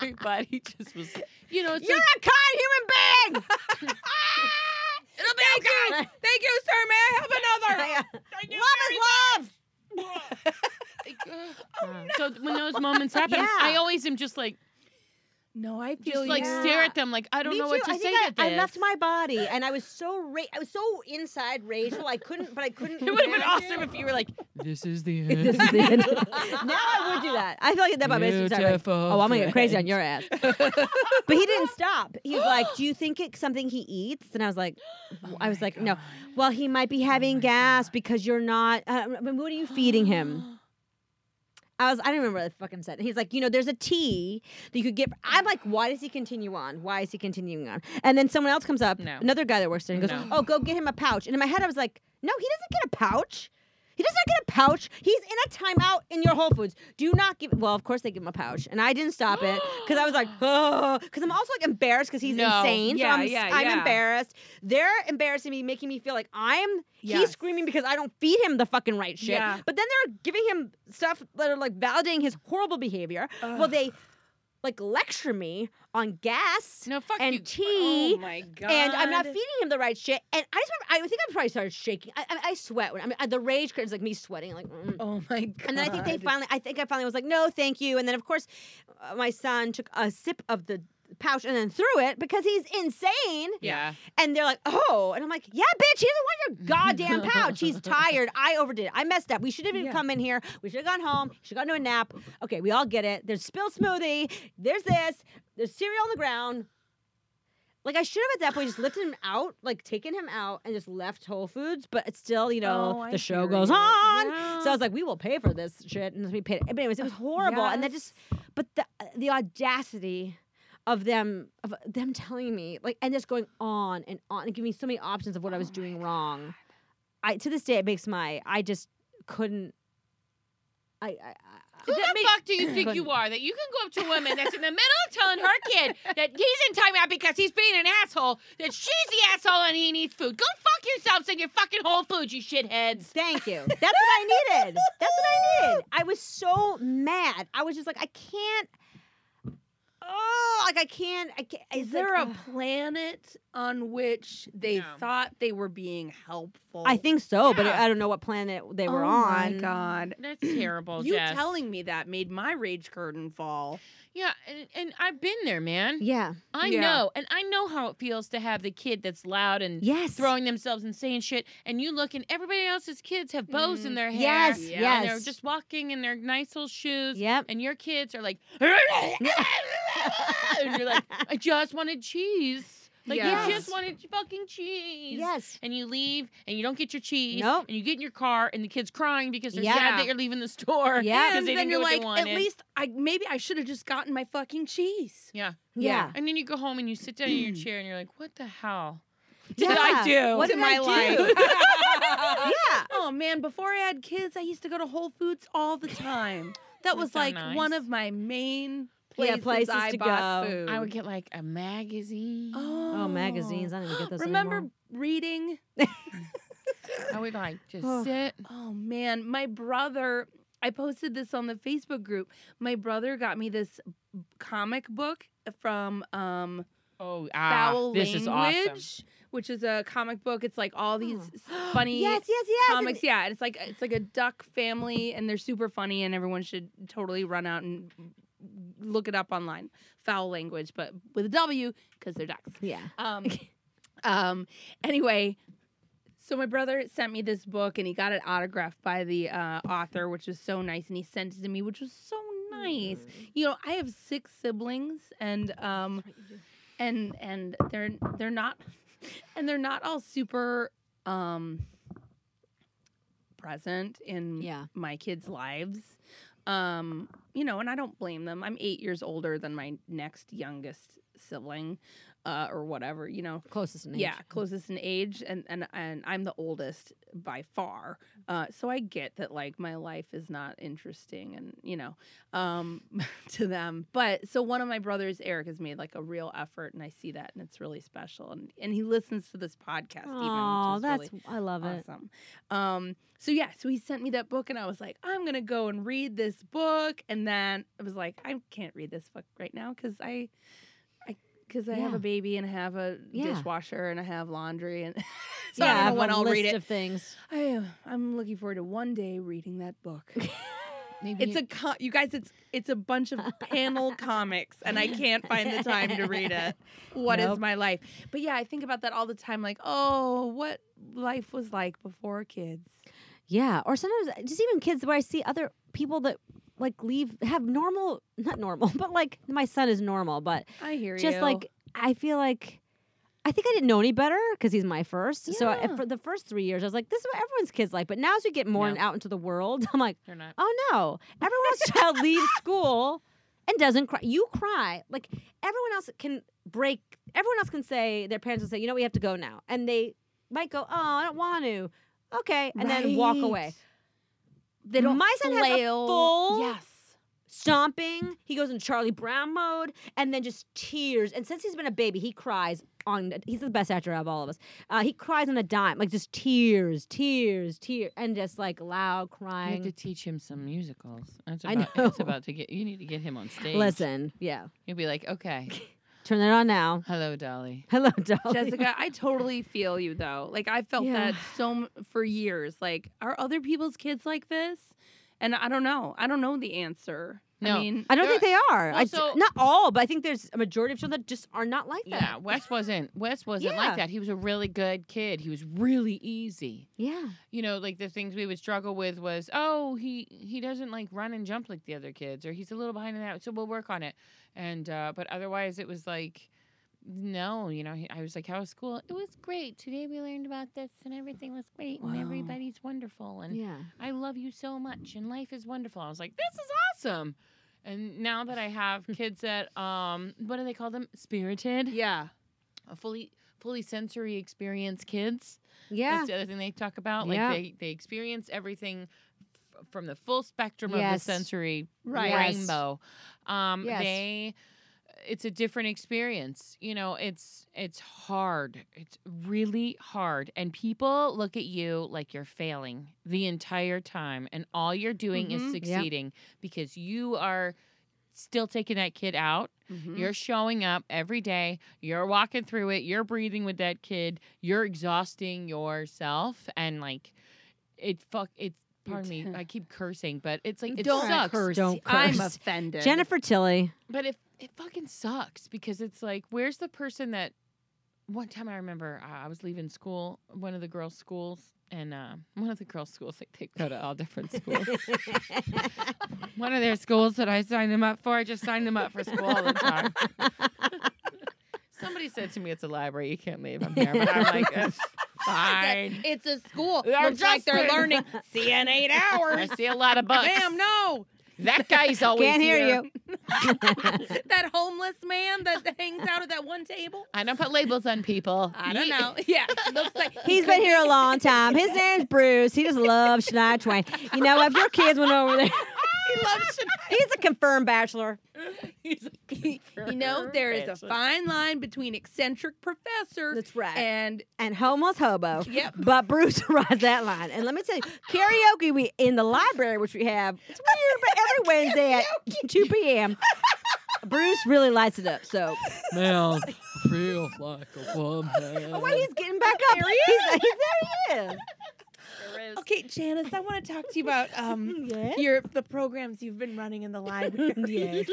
like, everybody, everybody just was, you know, it's You're like, a kind human being. It'll be okay. God. Thank you, sir. May I have another? Yeah. Thank you love is very much. uh, Oh, so when those moments happen, Yeah. I always am just like, No, I just feel like yeah. stare at them, like I don't Me know what too. to I say think I, to this. I left my body, and I was so ra- I was so inside rageful. I couldn't, but I couldn't. it would have been manage awesome if you were like, "This is the end." This is the end. now I would do that. I feel like that about myself. Like, oh, I'm gonna get crazy on your ass. but he didn't stop. He's like, "Do you think it's something he eats?" And I was like, Oh "I was like, no. Well, he might be having my gas because you're not. Uh, I mean, what are you feeding him?" I was I don't remember what I fucking said. He's like, you know, there's a tea that you could get. I'm like, why does he continue on? Why is he continuing on? And then someone else comes up, No. another guy that works there, and goes, No. oh, go get him a pouch. And in my head, I was like, no, he doesn't get a pouch. He doesn't get a pouch. He's in a timeout in your Whole Foods. Do not give. Well, of course they give him a pouch, and I didn't stop it because I was like, oh, because I'm also like embarrassed because he's No. insane. Yeah, so I'm, yeah, I'm yeah. embarrassed. They're embarrassing me, making me feel like I'm he's Yes. screaming because I don't feed him the fucking right shit. Yeah. But then they're giving him stuff that are like validating his horrible behavior. Well, they like lecture me on gas No, fuck and you. "Oh tea. Oh my god. and I'm not feeding him the right shit. And I just remember, I think I probably started shaking. I, I, I sweat. When, I mean, I, the rage is like me sweating. Like, mm. Oh my god. And then I think they finally, I think I finally was like, no, thank you. And then, of course, uh, my son took a sip of the pouch and then threw it because he's insane. Yeah. And they're like, oh. And I'm like, yeah, bitch, he doesn't want your goddamn pouch. He's tired. I overdid it. I messed up. We should have even Yeah. come in here. We should have gone home. Should have gone to a nap. Okay, we all get it. There's spilled smoothie. There's this. There's cereal on the ground. Like I should have at that point just lifted him out, like taken him out and just left Whole Foods, but it's still, you know, Oh, I the show hear goes you. on. So I Yeah. was like, we will pay for this shit. And we paid it. But anyways, it was horrible. And that just, but the, the audacity of them, of them telling me, like, and just going on and on and giving me so many options of what I was doing wrong. I, to this day, it makes my, I just couldn't, I, I, Who I the fuck do you think you are that you can go up to a woman that's in the middle of telling her kid that he's in timeout because he's being an asshole, that she's the asshole and he needs food? Go fuck yourselves and your fucking Whole Foods, you shitheads. Thank you. That's what I needed. That's what I needed. I was so mad. I was just like, I can't. Oh, like I can't. I can't. Is it's there like, a ugh. planet on which they No. thought they were being helpful? I think so, but Yeah. I don't know what planet they were oh on. my god. That's terrible. You Jess. telling me that made my rage curtain fall. Yeah, and, and I've been there, man. Yeah. I Yeah. know, and I know how it feels to have the kid that's loud and Yes. throwing themselves and saying shit, and you look and everybody else's kids have bows in Mm. their hair. Yes. Yeah. Yes. And they're just walking in their nice little shoes. Yep. and your kids are like, and you're like, I just wanted cheese. Like Yes. you just wanted fucking cheese. Yes. And you leave and you don't get your cheese. Nope. And you get in your car and the kid's crying because they're Yeah. sad that you're leaving the store. Yeah. Because And they then didn't you're get like, what they at wanted. least I maybe I should have just gotten my fucking cheese. Yeah. Yeah. And then you go home and you sit down in your chair and you're like, what the hell Yeah. did I do? What to did my I do? life? Yeah. Oh man, before I had kids, I used to go to Whole Foods all the time. That was That's so like one nice. of my main Yeah, places, places I to bought go. food. I would get like a magazine. Oh, magazines. I don't even get those Remember anymore. reading? I would like just Oh. sit. Oh man, my brother. I posted this on the Facebook group. My brother got me this comic book from um, Oh, Foul this is Language, awesome. which is a comic book. It's like all these Oh. s- funny Yes. Yes. Yes. and- comics. Yeah, and it's like it's like a duck family, and they're super funny, and everyone should totally run out and look it up online. Foul language, but with a W because they're ducks. Yeah. Um, um. Anyway, so my brother sent me this book, and he got it autographed by the uh, author, which was so nice, and he sent it to me, which was so nice. You know, I have six siblings, and um, and and they're they're not, and they're not all super um present in Yeah. my kids' lives. Um, you know, and I don't blame them. I'm eight years older than my next youngest sibling, uh, or whatever. You know, Closest in age. Mm. yeah, closest in age, and and and I'm the oldest by far. Uh, so I get that like my life is not interesting, and you know, um, to them. But so one of my brothers, Eric, has made like a real effort, and I see that, and it's really special. And and he listens to this podcast. even, which Oh, is that's really I love it. awesome. Um, so yeah, so he sent me that book, and I was like, I'm gonna go and read this book, and then I was like, I can't read this book right now because I, I, because I have Yeah. a baby and I have a Yeah. dishwasher and I have laundry, and so yeah, I have don't know when a I'll list read it. of things. I am. I'm looking forward to one day reading that book. Maybe It's a co- you guys. It's it's a bunch of panel comics, and I can't find the time to read it. What is Nope. my life? But yeah, I think about that all the time. Like, oh, what life was like before kids. Yeah, or sometimes uh, just even kids where I see other people that like leave have normal, not normal, but like my son is normal, but I hear you. just like I feel like I think I didn't know any better because he's my first. So I, Yeah. for the first three years, I was like, "This is what everyone's kids like." But now, as we get more No. and out into the world, I'm like, They're not. "Oh no, everyone else's child leaves school and doesn't cry. You cry like everyone else can break. Everyone else can say their parents will say, "You know, we have to go now," and they might go, "Oh, I don't want to." Okay, and then walk away. They don't My son has a flail. full- Yes. stomping. He goes into Charlie Brown mode, and then just tears. And since he's been a baby, he cries on. He's the best actor out of all of us. Uh, he cries on a dime, like just tears, tears, tears, and just like loud You have crying. to teach him some musicals. It's I about, It's know. about to get. You need to get him on stage. Listen, yeah, You'll be like, okay, turn that on now. hello, Dolly. Hello, Dolly. Jessica, I totally feel you though. Like I felt Yeah. that so m- for years. Like are other people's kids like this? And I don't know. I don't know the answer. I No. mean, I don't There- think they are. Well, I d- so- not all, but I think there's a majority of children that just are not like Yeah, that. Wes wasn't. Wes wasn't like Yeah. that. He was a really good kid. He was really easy. Yeah. You know, like the things we would struggle with was, oh, he he doesn't like run and jump like the other kids, or he's a little behind in that, so we'll work on it. And uh, but otherwise, it was like, no, you know, he, I was like, how was school? It was great. Today we learned about this, and everything was great, Wow. and everybody's wonderful, and Yeah. I love you so much and life is wonderful. I was like, this is awesome. And now that I have kids that um what do they call them? Spirited. yeah. A fully fully sensory experience kids. Yeah. That's the other thing they talk about. Yeah. Like they, they experience everything f- from the full spectrum of Yes. the sensory Right. Yes. rainbow. Um Yes. they it's a different experience. You know, it's it's hard. It's really hard. And people look at you like you're failing the entire time and all you're doing Mhm. is Mm-hmm. Yep. succeeding because you are still taking that kid out. Mhm. You're showing up every day. You're walking through it. You're breathing with that kid. You're exhausting yourself and like it fuck it's You're pardon me, t- I keep cursing, but it's like it don't sucks. curse. Don't I'm curse. offended. Jennifer Tilly. But it it fucking sucks because it's like, where's the person that? One time I remember uh, I was leaving school, one of the girls' schools, and uh, one of the girls' schools like they go to all different schools. one of their schools that I signed them up for, I just signed them up for school all the time. Somebody said to me, "It's a library, you can't leave." I'm here, but I'm like, "It's fine." It's a school. They're Looks like they're just- learning. See you in eight I hours. see a lot of books. Damn, no. That guy's always Can't hear here. you. that homeless man that hangs out at that one table. I don't put labels on people. I don't know. Yeah, looks like He's been here a long time. His name's Bruce. He just loves Shania Twain. You know, if your kids went over there, He loves he's a confirmed bachelor. Shania. you know, there is a fine line between eccentric professor That's right. And, and homeless hobo. yep. But Bruce rides that line. And let me tell you, karaoke we in the library, which we have, it's weird, but every Wednesday at 2 p.m. Bruce really lights it up. So Man, I feel like a woman. oh, wait, he's getting back up. There he is. there he is. Okay, Janice, I want to talk to you about um Yes. your the programs you've been running in the library. Yes.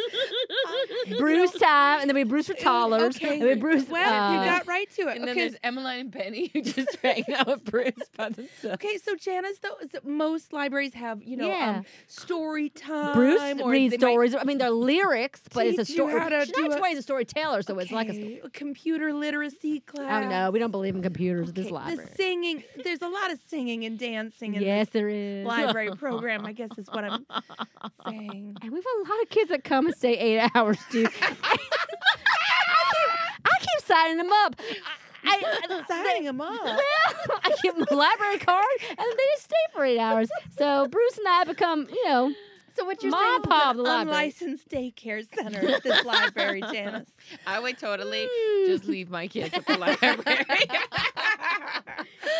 Bruce time, and then we have Bruce for toddlers, okay. and we have Bruce. Well, you uh, got right to it. And then Okay, there's Emmeline and Penny who just hang out with Bruce by themselves. Okay, so Janice, though, is that most libraries have you know Yeah. um, story time. Bruce or reads they might- stories. I mean, they're lyrics, but it's a Teach you story. how to do Shania a- Twain's a storyteller, so it's like a story. Okay, computer literacy class. Oh no, we don't believe in computers at this Okay, library. The singing, there's a lot of singing and dancing in Yes, there is. library program, I guess is what I'm saying. And we have a lot of kids that come and stay eight hours, dude. I, keep, I keep signing them up. I, I, Signing him up. I give them a library card, and they just stay for eight hours. So Bruce and I become, you know, So what you're you're saying saying is an unlicensed daycare center at this library, Janice. I would totally just leave my kids at the library.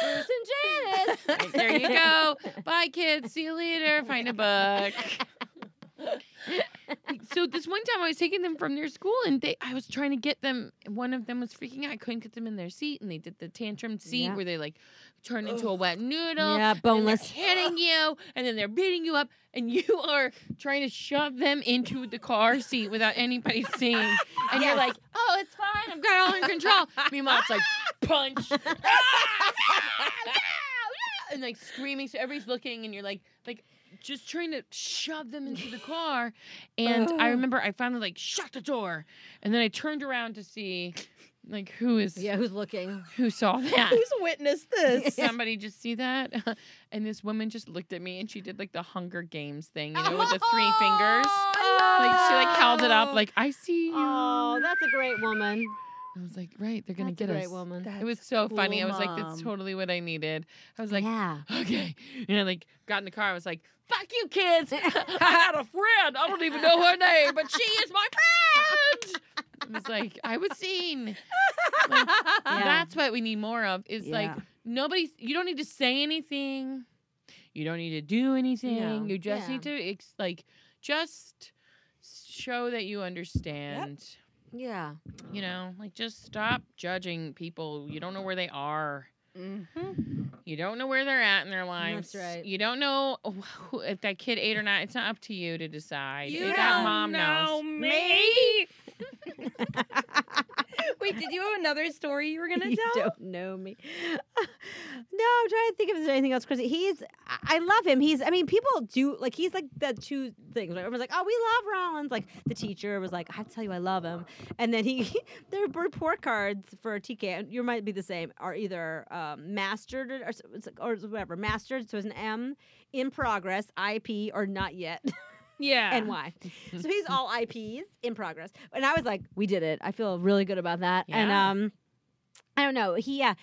Bruce and Janice. there you go. Bye, kids. See you later. Find a book. so this one time I was taking them from their school and they I was trying to get them one of them was freaking out. I couldn't get them in their seat and they did the tantrum seat Yeah. where they like turn into a wet noodle. Yeah, and they're boneless. hitting you and then they're beating you up and you are trying to shove them into the car seat without anybody seeing. And you're Yes. like, oh, it's fine. I've got it all in control. Meanwhile, it's like punch. and like screaming so everybody's looking and you're like like just trying to shove them into the car and i Ugh. remember i finally like shut the door and then i turned around to see like who is Yeah, who's looking? who saw that Who's witnessed this? somebody just see that and this woman just looked at me and she did like the hunger games thing you know with the three fingers like she like held it up like i see you Oh, that's a great woman. i was like right they're gonna That's get a great us woman. That's it was so cool, funny i was like that's Mom. totally what i needed i was like yeah. okay. And I like got in the car. I was like, fuck you kids. I had a friend. I don't even know her name, but she is my friend. It was like, I was seen. Like, Yeah. That's what we need more of is like Yeah. nobody, you don't need to say anything. You don't need to do anything. No. You just Yeah. need to ex- like just show that you understand. Yeah. You know, like just stop judging people. You don't know where they are. You don't know where they're at in their lives. right. You don't know who, if that kid ate or not. It's not up to you to decide. You If don't that mom know knows. me. Wait, did you have another story you were gonna you tell? don't know me. no, I'm trying to think if there's anything else crazy. He's, I- I love him. He's, I mean, people do like he's like the two things. Right? Everyone's like, oh, we love Rollins. Like the teacher was like, I have to tell you, I love him. And then he, their report cards for TK, and you might be the same, are either um, mastered or, s- it's like- or whatever, mastered, so it's an M, in progress, IP, or not yet. Yeah. and why. So he's all IPs in progress. And I was like, we did it. I feel really good about that. And Yeah. um I don't know. He uh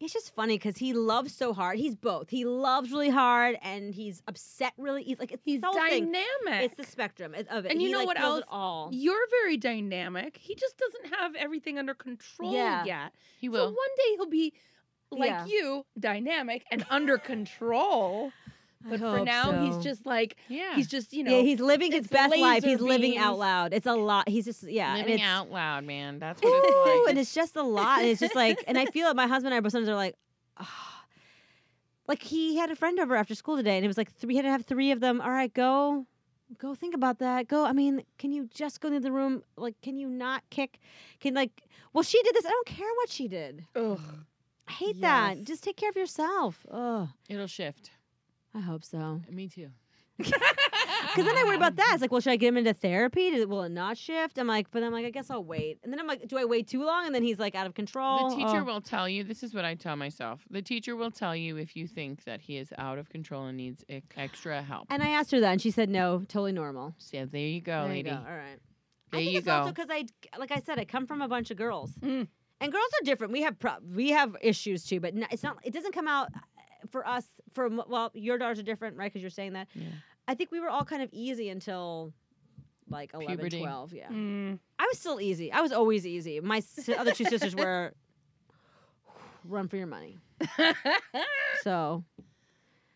it's just funny because he loves so hard. He's both. He loves really hard and he's upset really he's like it's He's the whole thing. dynamic. It's the spectrum it- of it. And you He, know like, what feels else? it all. You're very dynamic. He just doesn't have everything under control Yeah. yet. He So will. one day he'll be like Yeah. you, dynamic and under control. I But for hope now, he's so. just like Yeah. he's just you know yeah, he's living his it's best life. laser He's living out beams. loud. It's a lot. He's just yeah, and living it's out loud, man. That's what Ooh, it's like. and it's just a lot. And it's just like, and I feel it. My husband and I both sometimes are like, "Ah." like he had a friend over after school today, and it was like three. He had to have three of them. All right, go, go. Think about that. Go. I mean, can you just go into the room? Like, can you not kick? Can like, well, she did this. I don't care what she did. ugh. I hate that. Yes. Just take care of yourself. Ugh. It'll shift. I hope so. Me too. Because then I worry about that. It's like, well, should I get him into therapy? Does- Will it not shift? I'm like, but I'm like, I guess I'll wait. And then I'm like, do I wait too long? And then he's like out of control. The teacher Ugh. will tell you. This is what I tell myself. The teacher will tell you if you think that he is out of control and needs e- extra help. And I asked her that, and she said, no, totally normal. So there you go, There you lady. go. All right. I There think you it's also go. because I, like I said, I come from a bunch of girls, Mm. and girls are different. We have pro- we have issues too, but n it's not. It doesn't come out uh, for us. For m- well, your daughters are different, right? Because you're saying that. Yeah. I think we were all kind of easy until. Like 11, Puberty. 12, yeah. Mm. I was still easy. I was always easy. My si- other two sisters were run for your money. So,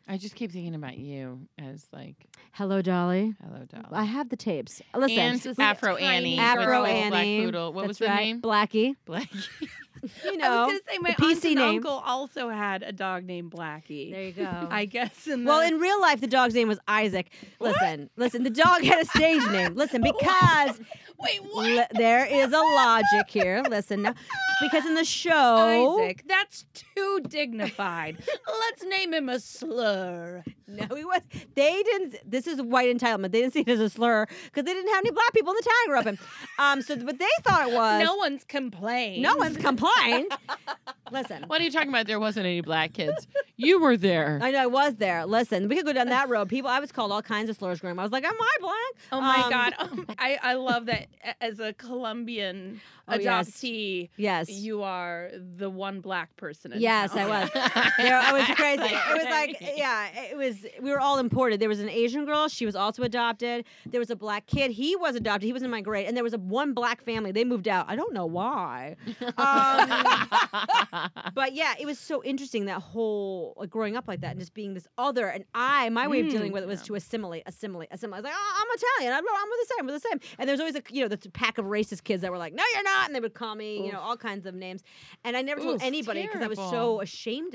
I just keep thinking about you as like, hello, Dolly. hello, doll. I have the tapes. Listen, Oh. and Afro tiny Annie. Afro with the little Annie. Black poodle. What that's was the right, name? Blackie. Black. You I know, was gonna say my the aunt PC and name. uncle also had a dog named Blackie. there you go. I guess. And Well, then- in real life, the dog's name was Isaac. Listen, listen, the dog had a stage name. Listen, because wait, what? li- there is a logic here. Listen, now, because in the show, Isaac, that's too dignified. Let's name him a slur. no, he was. They didn't. This is white entitlement. They didn't see it as a slur because they didn't have any black people in the town who grew up in. Um, so what they thought it was. no one's complained. no one's complained. Listen, What are you talking about? There wasn't any black kids. You were there. I know I was there. Listen, we could go down that road. People, I was called all kinds of slurs growing up. I was like, "Am I black?" Oh my Um, god! Um, I I love that a- as a Colombian Oh, yes. adoptee, Yes, you are the one black person. In yes, town. I was. Yeah, it was crazy. It was Sorry. like, yeah, it was. We were all imported. There was an Asian girl; she was also adopted. There was a black kid; he was adopted. He was in my grade, and there was a one black family. They moved out. I don't know why. Um, but yeah, it was so interesting that whole like, growing up like that and just being this other. And I, my way of dealing with it was to assimilate, assimilate, assimilate. I was like, oh, I'm Italian. I'm, I'm the same. We're the same. And there's always a you know the pack of racist kids that were like, no, you're not, and they would call me you know all kinds of names. And I never told Oof, anybody because I was so terrible. ashamed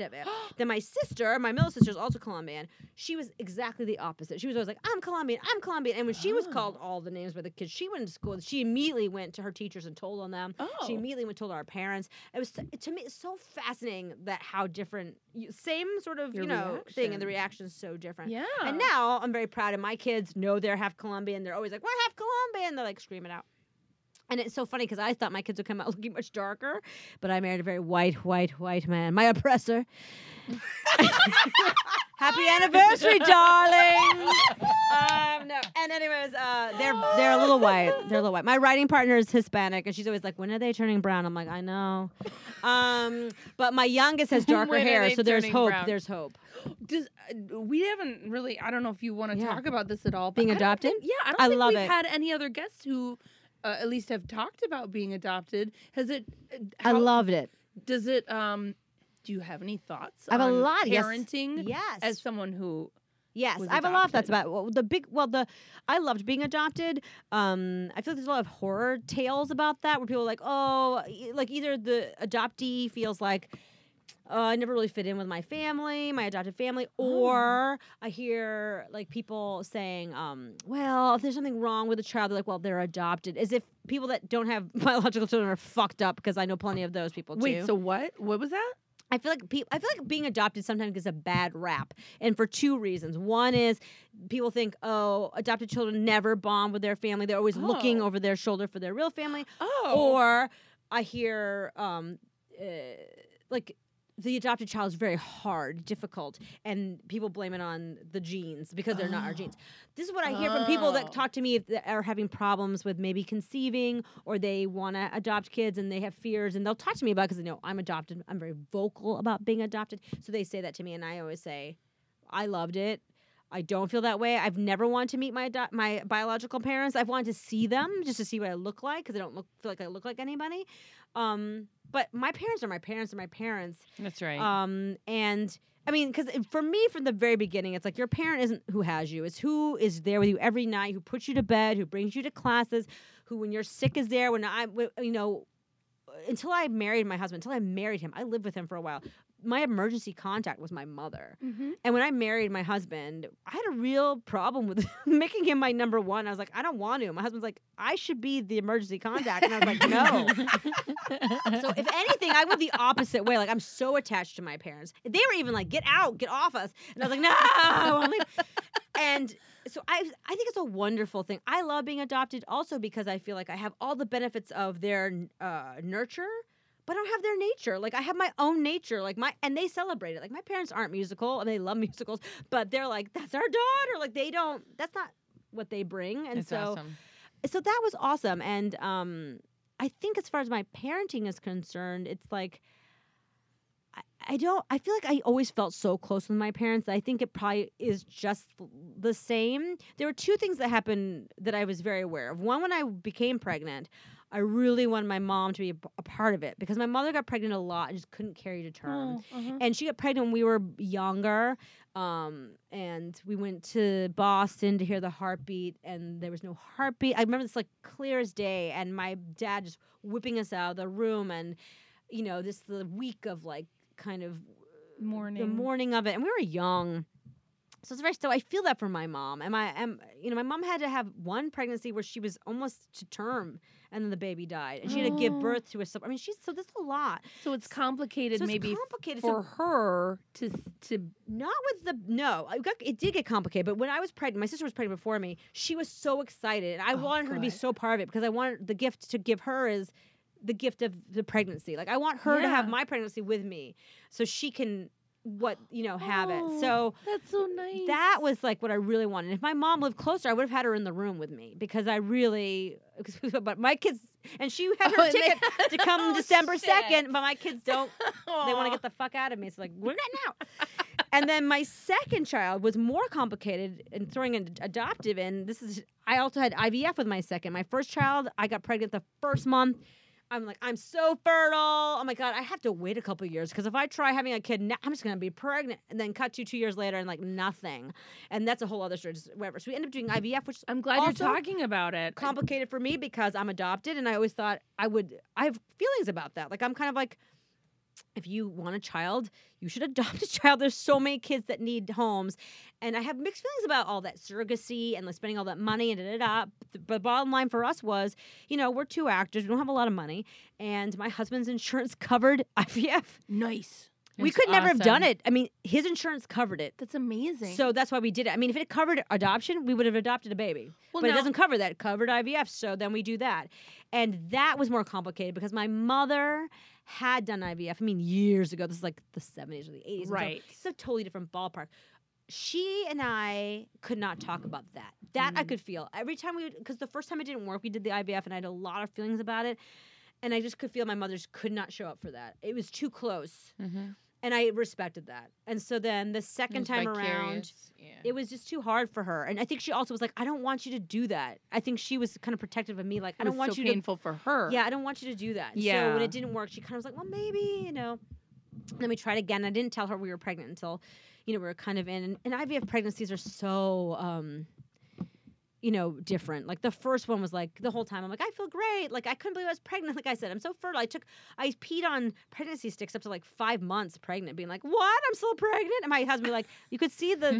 of it. then my sister, my middle sister's also Colombian. She was exactly the opposite. She was always like, I'm Colombian, I'm Colombian. And when she was called Oh. all the names by the kids, she went to school. She immediately went to her teachers and told on them. She Oh. immediately went told our parents. It was to me it's so fascinating that how different, you- same sort of Your you know thing, and the reaction's so different. Yeah. And now I'm very proud, and my kids know they're half Colombian. They're always like, "We're half Colombian." They're like screaming out. And it's so funny because I thought my kids would come out looking much darker, but I married a very white, white, white man, my oppressor. Happy anniversary, darling. um, no. And anyways, uh, they're they're a little white. They're a little white. My writing partner is Hispanic, and she's always like, "When are they turning brown?" I'm like, "I know." Um, but my youngest has darker When are hair, they so there's turning hope. brown? There's hope. Does, uh, we haven't really. I don't know if you want to Yeah. talk about this at all. but Being I don't adopted? think- yeah, I don't I think love we've it. had any other guests who. Uh, at least have talked about being adopted. Has it? uh, I how- loved it. Does it? Um, do you have any thoughts? I have a on lot, yes. parenting Yes. as someone who Yes, was I have a lot of thoughts adopted. about well, the big. Well, the I loved being adopted. Um, I feel like there's a lot of horror tales about that where people are like, oh, e- like either the adoptee feels like. Uh, I never really fit in with my family, my adopted family, or Oh. I hear like people saying, um, "Well, if there's something wrong with a child, they're like, well, they're adopted," as if people that don't have biological children are fucked up. Because I know plenty of those people too. Wait, so what? What was that? I feel like pe- I feel like being adopted sometimes gets a bad rap, and for two reasons. One is people think, oh, adopted children never bond with their family; they're always looking Oh. over their shoulder for their real family. Oh, Or I hear, um, uh, like. The adopted child is very hard, difficult, and people blame it on the genes because they're not our genes. This is what I hear from people Oh. that talk to me if they are having problems with maybe conceiving or they want to adopt kids and they have fears and they'll talk to me about because they know I'm adopted. I'm very vocal about being adopted, so they say that to me, and I always say, "I loved it. I don't feel that way. I've never wanted to meet my ado- my biological parents. I've wanted to see them just to see what I look like because I don't look feel like I look like anybody. Um, but my parents are my parents are my parents, That's right. um, and I mean, because for me, from the very beginning, it's like your parent isn't who has you; it's who is there with you every night, who puts you to bed, who brings you to classes, who, when you're sick, is there. When I, w- you know, until I married my husband, until I married him, I lived with him for a while. My emergency contact was my mother. Mhm. And when I married my husband, I had a real problem with making him my number one. I was like, I don't want to. My husband's like, I should be the emergency contact. And I was like, no. so if anything, I went the opposite way. Like, I'm so attached to my parents. They were even like, get out, get off us. And I was like, no, I won't leave. And so I, I think it's a wonderful thing. I love being adopted also because I feel like I have all the benefits of their uh, nurture but I don't have their nature. Like I have my own nature. Like my and they celebrate it. Like my parents aren't musical and they love musicals, but they're like, that's our daughter. Like they don't that's not what they bring. And That's so awesome. so that was awesome. And um I think as far as my parenting is concerned, it's like I, I don't I feel like I always felt so close with my parents. I think it probably is just the same. There were two things that happened that I was very aware of. One when I became pregnant, I really wanted my mom to be a, p- a part of it because my mother got pregnant a lot and just couldn't carry to term. Oh, uh-huh. And she got pregnant when we were younger. Um, and we went to Boston to hear the heartbeat, and there was no heartbeat. I remember this like clear as day, and my dad just whipping us out of the room, and you know, this the week of like kind of morning. the morning of it, and we were young. So it's very so I feel that for my mom. And my am you know, my mom had to have one pregnancy where she was almost to term and then the baby died. And she had to give Oh. birth to a sub I mean she's so that's a lot. so it's complicated, so it's maybe complicated. So for her to to not with the no. I got, it did get complicated, but when I was pregnant, my sister was pregnant before me. She was so excited, and I Oh, wanted her to be good. so part of it because I wanted the gift to give her is the gift of the pregnancy. Like I want her to have Yeah. my pregnancy with me, so she can what you know habits. Oh, So That's so Oh, nice. that was like what I really wanted. If my mom lived closer, I would have had her in the room with me because I really. But my kids and she had her Oh, and they ticket to come Oh, December shit. second, but my kids don't. They want to get the fuck out of me. It's like we're getting out. and then my second child was more complicated and throwing an adoptive in. This is I also had IVF with my second. My first child, I got pregnant the first month. I'm like, I'm so fertile. Oh my god, I have to wait a couple years because if I try having a kid now, I'm just gonna be pregnant and then cut you two years later and like nothing, and that's a whole other story. Just whatever. So we end up doing IVF, which is I'm glad Also- you're talking about it. complicated for me because I'm adopted and I always thought I would I have feelings about that. Like I'm kind of like if you want a child, you should adopt a child. There's so many kids that need homes. And I have mixed feelings about all that surrogacy and like spending all that money and da da da. But the bottom line for us was, you know, we're two actors, we don't have a lot of money, and my husband's insurance covered IVF. nice. we could never have done it. I mean, his insurance covered it. That's amazing. So that's why we did it. I mean, if it covered adoption, we would have adopted a baby well, but now, it doesn't cover that. It covered IVF, so then we do that, and that was more complicated because my mother had done IVF. I mean, years ago. This is like the seventies or the eighties, Right. It's a totally different ballpark. She and I could not talk about that. That I Mm. could feel every time we, because the first time it didn't work, we did the IVF, and I had a lot of feelings about it, and I just could feel my mother's could not show up for that. It was too close, Mm-hmm. and I respected that. And so then the second time around, Yeah. it was just too hard for her. And I think she also was like, I don't want you to do that. I think she was kind of protective of me, like, I don't want you painful for her. to. Yeah, I don't want you to do that. And So Yeah. when it didn't work, she kind of was like, well, maybe, you know. And then we tried again. I didn't tell her we were pregnant until, you know, we were kind of in. And IVF pregnancies are so, um, you know, different. Like the first one was like the whole time I'm like, I feel great. Like I couldn't believe I was pregnant. Like I said, I'm so fertile. I took, I peed on pregnancy sticks up to like five months pregnant, being like, what? I'm still pregnant. And my husband was like, you could see the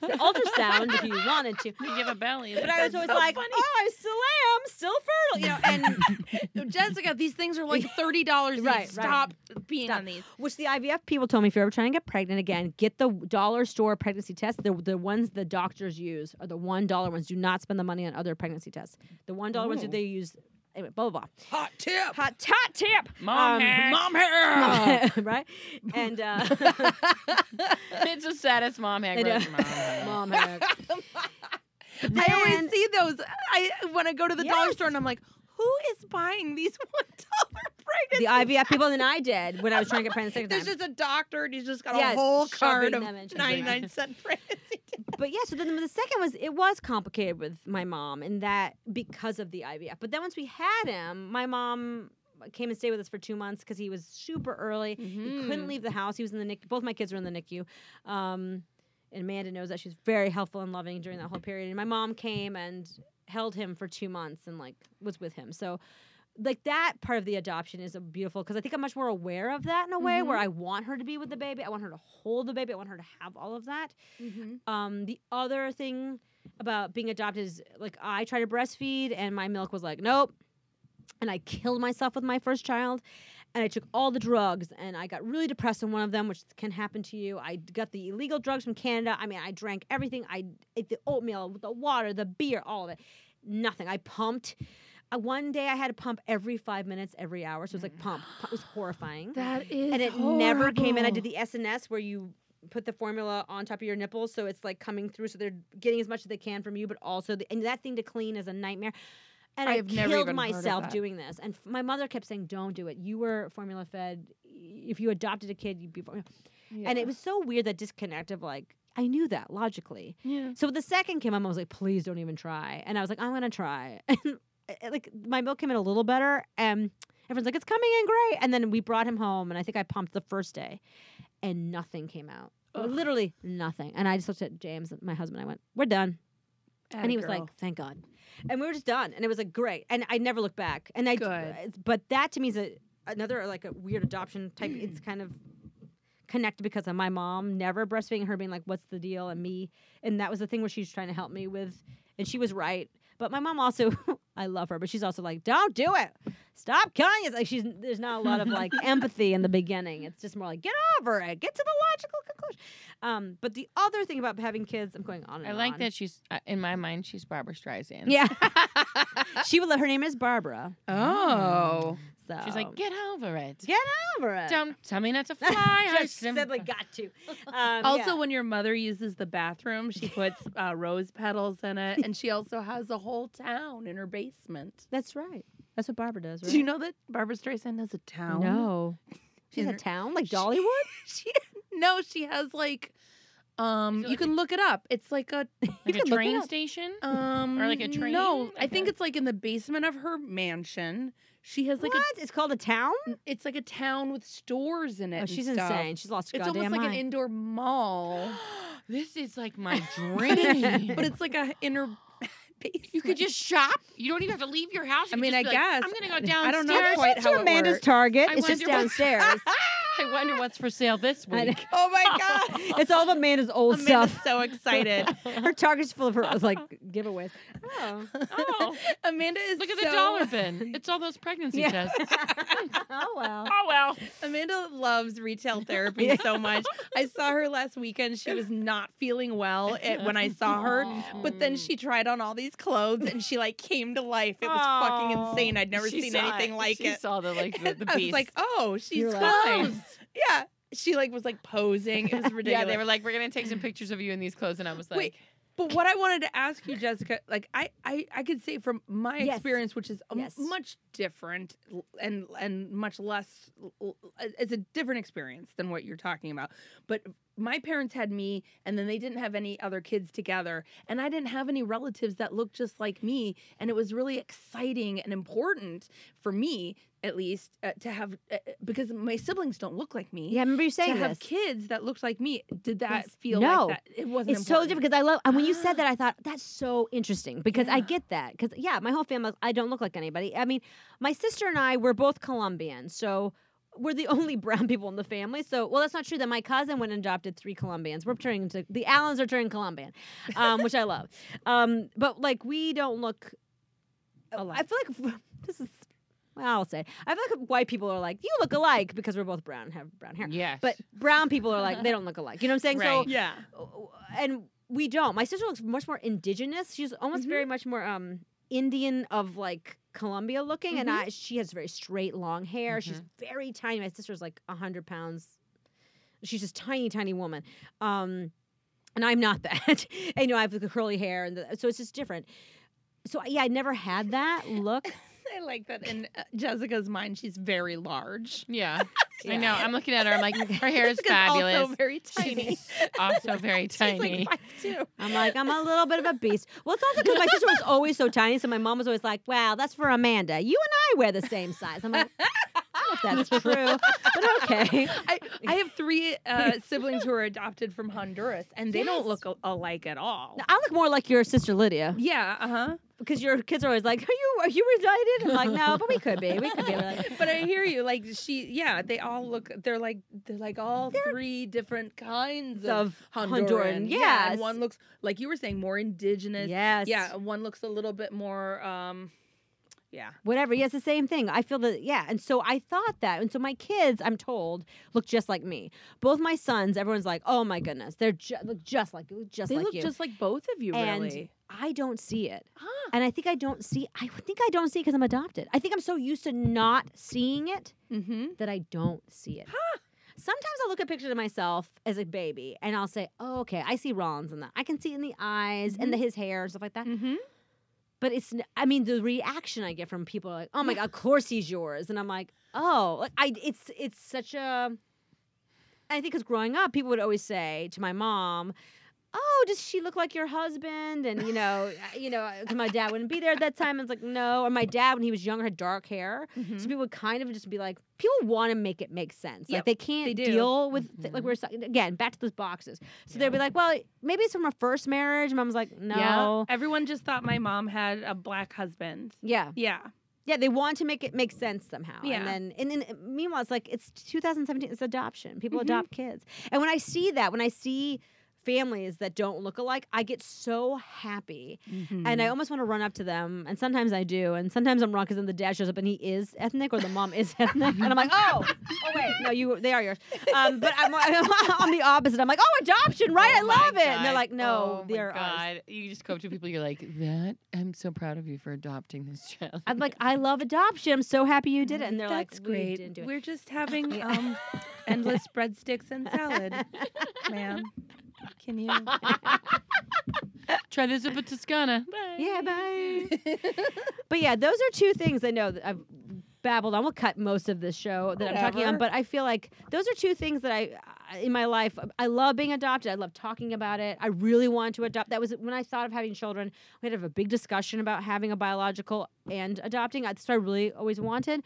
the ultrasound if you wanted to. We give a belly. But I was always like, oh, I still am, still fertile, you know. And Jessica, these things are like thirty dollars. Right, right. Stop being Stop. on these. which the IVF people told me if you're ever trying to get pregnant again, get the dollar store pregnancy test. The the ones the doctors use are the one dollar ones. Do not spend the money on other pregnancy tests. The one dollar ones that Oh. Ooh. they use. Anyway, blah blah blah. hot tip. Hot, hot tip, Mom Um, hair. Mom hair. right? And uh, it's the saddest mom hack. I know. version of mom hack. mom hack. I Then- always see those. I when I go to the dollar Yes. store and I'm like, who is buying these one dollar pregnancy? the IVF people than I did when I was trying to get pregnant the second time. There's just a doctor and he's just got Yeah, a whole shoving card of them into the- 99 cent pregnancy. but yeah, so then the second was it was complicated with my mom and that because of the IVF. But then once we had him, my mom came and stayed with us for two months because he was super early. Mm-hmm. He couldn't Mm. leave the house. He was in the NICU. Both my kids were in the NICU. Um, and Amanda knows that she was very helpful and loving during that whole period. And my mom came and held him for two months and like was with him. So like that part of the adoption is a beautiful because I think I'm much more aware of that in a way where I want her to be with the baby. I want her to hold the baby. I want her to have all of that. Mm-hmm. Um, the other thing about being adopted is like I tried to breastfeed and my milk was like, nope. And I killed myself with my first child. And I took all the drugs and I got really depressed on one of them, which can happen to you. I got the illegal drugs from Canada. I mean, I drank everything. I ate the oatmeal, the water, the beer, all of it. Nothing. I pumped. Uh, one day I had to pump every five minutes, every hour. So it was like pump. It was horrifying That is and it never came in. I did the SNS where you put the formula on top of your nipples, so it's like coming through, so they're getting as much as they can from you, but also the, and that thing to clean is a nightmare. And I I, have never killed even heard of myself that. doing this. And f- my mother kept saying, "Don't do it. You were formula fed. If you adopted a kid, you'd be." Formula. And it was so weird that disconnect of like I knew that logically. Yeah. So the second came, my mom was like, "Please don't even try," and I was like, "I'm gonna try." And uh, like my milk came in a little better, and everyone's like, "It's coming in great." And then we brought him home, and I think I pumped the first day, and nothing came out. Ugh. Literally nothing. And I just looked at James, my husband. I went, "We're done." and he was like, "Thank God," and we were just done, and it was like great, and I never looked back, and I. Good. But that to me is a another like a weird adoption type. it's kind of connected because of my mom never breastfeeding her being like, "What's the deal?" and me, and that was the thing where she was trying to help me with, and she was right. But my mom also, I love her, but she's also like, "Don't do it, stop killing us." Like she's there's not a lot of like empathy in the beginning. It's just more like get over it, get to the logical conclusion. Um, but the other thing about having kids, I'm going on. And I like on. that she's uh, in my mind. She's Barbara Streisand. Yeah. she would let her name is Barbara. oh. So She's like, get over it. Get over it. Don't tell me not to fly. I Just simply got to. Um, also, yeah. when your mother uses the bathroom, she puts uh, rose petals in it, and she also has a whole town in her basement. that's right. That's what Barbara does. Right? Did you know that Barbara Streisand has a town? No. She's In a her- town like She- Dollywood. she no, she has like um Is it you like can look it up. It's like a like could a look it train up. station. um like a train? No, I Like think a- it's like in the basement of her mansion. She has like what? it's called a town. a it's like a town with stores in it. Oh, and she's stuff. insane. She's lost her It's goddamn almost like mind. an indoor mall, this is like my but dream. it's, but it's like a inner basement. you could just shop. You don't even have to leave your house. You I could mean, just I be like, guess. I'm gonna go downstairs. I don't know quite It's how it Amanda's works. Target. I it's just wonder what- downstairs. I wonder what's for sale this I know. week. Oh my god. it's all of Amanda's old Amanda's stuff. so excited. Her Target's full of her like giveaways. Oh. Oh, Amanda is look at so- the dollar bin. It's all those pregnancy Yeah. tests. oh well. Oh well. Amanda loves retail therapy Yeah. so much. I saw her last weekend. She was not feeling well at, when I saw her, but Mm-hmm. Mm. then she tried on all these clothes and she like came to life. It was fucking Oh. insane. I'd never She seen saw anything it. like she it. saw the like the, the I was beast. like, oh, she's You're like- "Oh." clothes. yeah. She like was like posing. It was ridiculous. yeah, they were like, we're gonna take some pictures of you in these clothes, and I was like, Wait, But what I wanted to ask you, Jessica, like I, I, I could say from my Yes. experience, which is um, Yes. much different l- and and much less, l- l- it's a different experience than what you're talking about. But my parents had me, and then they didn't have any other kids together, and I didn't have any relatives that looked just like me, and it was really exciting and important for me, at least, uh, to have uh, because my siblings don't look like me. Yeah, I remember you To saying have this. kids that looked like me, did that Yes. feel No. like that? It wasn't. It's totally important. different because I love and when you said that I thought that's so interesting because I Yeah. get that because yeah my whole family I don't look like anybody I mean my sister and I were both Colombian so we're the only brown people in the family so well that's not true that my cousin went and adopted three Colombians we're turning into the Allens are turning Colombian um, which I love um, but like we don't look I Alike. feel like this is well I'll say I feel like white people are like you look alike because we're both brown and have brown hair yes, but brown people are like they don't look alike you know what I'm saying so Right. Yeah. and we don't. My sister looks much more indigenous. She's almost Mhm. very Mm-hmm. much more um Indian of like Colombia looking, and Mm-hmm. Mhm. I she has very straight long hair. She's very tiny. My sister's like hundred pounds. She's this tiny, tiny woman. Um, and I'm not that. and, you know, I have the curly hair, and the, so it's just different. So yeah, I never had that look. I like that in uh, Jessica's mind, she's very large. yeah. I Yeah. know. I'm looking at her. I'm like, her hair is Jessica's fabulous. also very tiny. She's also very She's tiny. like five two. I'm like, I'm a little bit of a beast. Well, it's also because my sister was always so tiny, so my mom was always like, "Wow, that's for Amanda. You and I wear the same size." I'm like, I don't know if that's true, but okay. I, I have three uh, siblings who are adopted from Honduras, and they don't look al- alike at all. Now, I look more like your sister Lydia Yeah, uh huh. because your kids are always like, "Are you are you related?" I'm like, "No, but we could be. We could be." related." But I hear you. Like she, yeah, they all look. They're like they're like all three different kinds of, Of Honduran. Honduran, yeah. yes. And one looks like you were saying more indigenous. Yes. Yeah, and one looks a little bit more. um Yeah. whatever. Yes, the same thing. I feel that, yeah. And so I thought that. And so my kids, I'm told, look just like me. Both my sons, everyone's like, oh my goodness, they're ju- look just like you, look just they like look you. just like both of you, And- really. I don't see it. Huh. And I think I don't see, I think I don't see it because I'm adopted. I think I'm so used to not seeing it Mm-hmm. that I don't see it. Sometimes I'll look at pictures of myself as a baby and I'll say, oh, okay, I see Rollins in that. I can see it in the eyes and the, his hair and stuff like that. Mm-hmm. But it's, n- I mean, the reaction I get from people are like, "Oh my god, of course he's yours," and I'm like, "Oh, like, I." It's it's such a. I think because growing up, people would always say to my mom, "Oh, does she look like your husband?" And you know, I- you know, 'cause my dad wouldn't be there at that time. And it's like, no. Or my dad, when he was younger, had dark hair, Mm-hmm. so people would kind of just be like, people want to make it make sense. Yep, Like they can't do. Mm-hmm. deal with th- like we we're sa- again back to those boxes. So they'd be like, "Well, maybe it's from her first marriage." Mom's like, "No." Yeah. Everyone just thought my mom had a black husband. yeah. Yeah. Yeah, they want to make it make sense somehow. Yeah. And then and then uh, Mm-hmm. meanwhile it's like it's 2017, it's adoption. People Mhm. adopt kids. And when I see that, when I see families that don't look alike, I get so happy. And Mm. I almost want to run up to them. And sometimes I do. And sometimes I'm wrong because then the dad shows up and he is ethnic or the mom is ethnic. And I'm like, oh, oh wait, no, you they are yours. Um, but I'm, I'm the opposite. I'm like, oh, adoption, right? I Oh my love it. And they're God. like, no, Oh my they're ours. God. You just go up to people, you're like, that, I'm so proud of you for adopting this child. I'm like, I love adoption. I'm so happy you did it. Mm-hmm. And they're That's like, great. We didn't do it. We're just having um, endless breadsticks and salad, ma'am. Can you? Try this up at Toscana. Yeah, bye. but yeah, those are two things I know that I've babbled on. We'll cut most of this show that I'm talking on, Whatever. but I feel like those are two things that I, I- in my life, I love being adopted. I love talking about it. I really want to adopt. That was when I thought of having children. We had to have a big discussion about having a biological and adopting. That's what I really always wanted.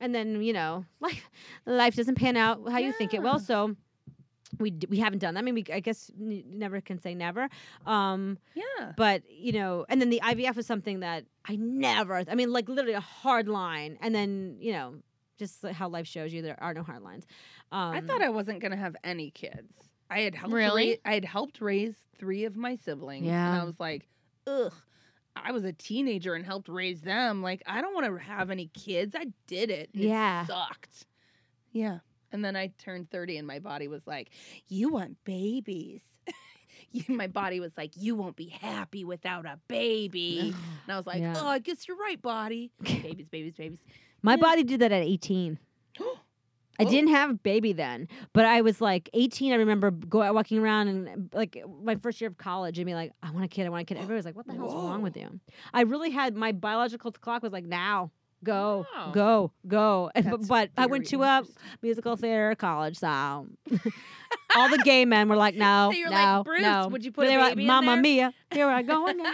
And then you know, life life doesn't pan out how you think it will. Yeah. So. We, d- we haven't done that. I mean, we, I guess n- never can say never. Um, Yeah. but you know, and then the IVF was something that I never. I mean, like literally a hard line, and then you know, just like how life shows you, there are no hard lines. Um, I thought I wasn't gonna have any kids. I had helped Really? ra- I had helped raise three of my siblings. And Yeah. I was like, ugh. I was a teenager and helped raise them. Like, I don't want to have any kids. I did it. It Yeah. sucked. Yeah. And then I turned 30 and my body was like, You want babies. You- my body was like, You won't be happy without a baby. And I was like, Yeah. Oh, I guess you're right, body. babies, babies, babies. my Yeah. body did that at eighteen. I Oh. didn't have a baby then, but I was like 18. I remember go, walking around and like my first year of college and being like, I want a kid, I want a kid. Everybody was like, What the hell's wrong with you? I really had my biological clock was like, Now, go, Wow. go, go. And, but That's but I went very to a interesting. musical theater college, so all the gay men were like, No, So you're like, no, "Bruce, no. would you put a they were baby in like, there?" Mamma Mia, here I go again.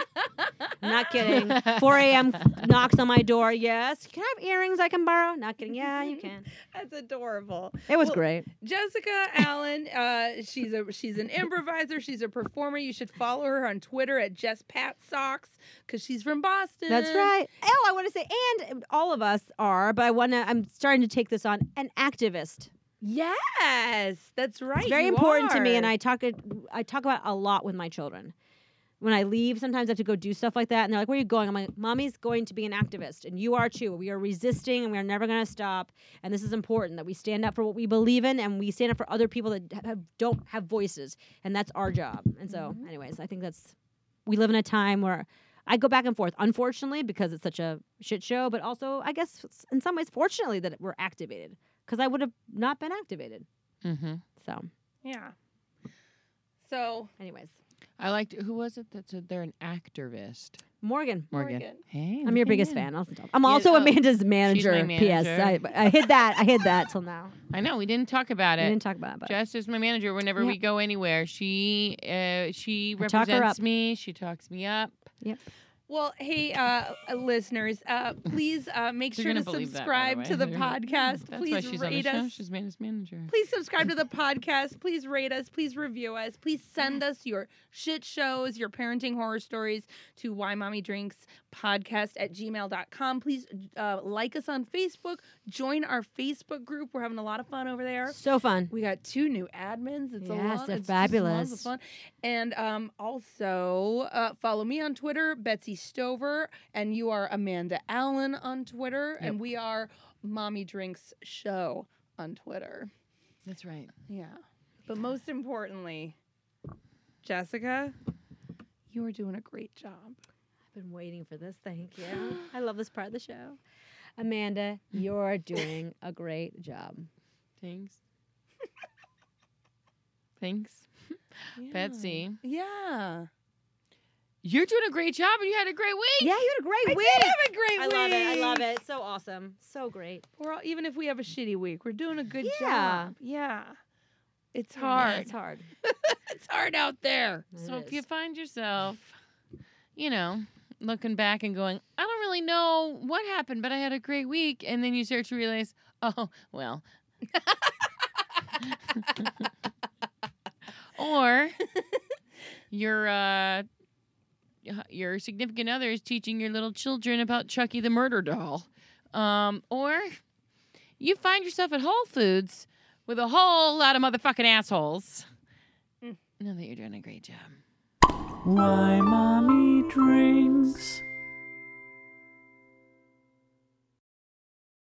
Not kidding. 4 a.m. knocks on my door. Yes, can I have earrings I can borrow? Not kidding. Yeah, you can. That's adorable. It was Well, great. Jessica Allen, uh, she's a she's an improviser. She's a performer. You should follow her on Twitter at Jess Pat Socks because she's from Boston. That's right. Oh, I want to say, and all of us are, but I want to. I'm starting to take this on an activist. Yes, that's right. It's very you important to me, and are. I talk. it- I talk about it a lot with my children. When I leave, sometimes I have to go do stuff like that, and they're like, "Where are you going?" I'm like, "Mommy's going to be an activist, and you are too. We are resisting, and we are never going to stop. And this is important that we stand up for what we believe in, and we stand up for other people that have, don't have voices, and that's our job." And so, Mm-hmm. anyways, I think that's we live in a time where. I go back and forth, unfortunately, because it's such a shit show, but also, I guess, in some ways, fortunately, that we're activated because I would have not been activated. Mm-hmm. So, Yeah. So anyways. I liked, who was it that said they're an activist? Morgan. Morgan. Morgan. Hey. I'm your look at biggest you. fan. I'll stop. I'm Yeah, also oh, Amanda's manager. P.S. I, manager. I hid that. I hid that till now. I know, we didn't talk about We it. didn't talk about it. But Jess is my manager. Whenever Yeah. we go anywhere, she uh, she I talk her represents up. me. She talks me up. Well, hey, uh, listeners, uh, please uh, make You're sure to gonna believe that, by subscribe the to way. the You're gonna- podcast. That's why please she's on the rate show. us. She's Amanda's manager. Please subscribe to the podcast. Please rate us. Please review us. Please send us your shit shows, your parenting horror stories to why mommy drinks podcast at gmail.com. Please uh, like us on Facebook. Join our Facebook group. We're having a lot of fun over there. so fun. We got two new admins. It's a Yes, lot. they're it's just lots of fabulous. fun. And um, also uh, follow me on Twitter, Betsy Stover, and you are Amanda Allen on Twitter, and we are Mommy Drinks Show on Twitter. That's right. Yeah. But most importantly, Jessica, you are doing a great job. I've been waiting for this. Thank you. I love this part of the show. Amanda, you're doing a great job. Thanks. Thanks, Betsy. Yeah. You're doing a great job, and you had a great week. Yeah, you had a great I week. did have a great I week. love it. I love it. So awesome. So great. We're all, even if we have a shitty week, we're doing a good Yeah. job. Yeah. It's Yeah, hard. It's hard. It's hard out there. It So if is. you find yourself, you know, looking back and going, I don't really know what happened, but I had a great week, and then you start to realize, oh well. or your uh, your significant other is teaching your little children about Chucky the murder doll, um, or you find yourself at Whole Foods with a whole lot of motherfucking assholes. know that you're doing a great job. Why mommy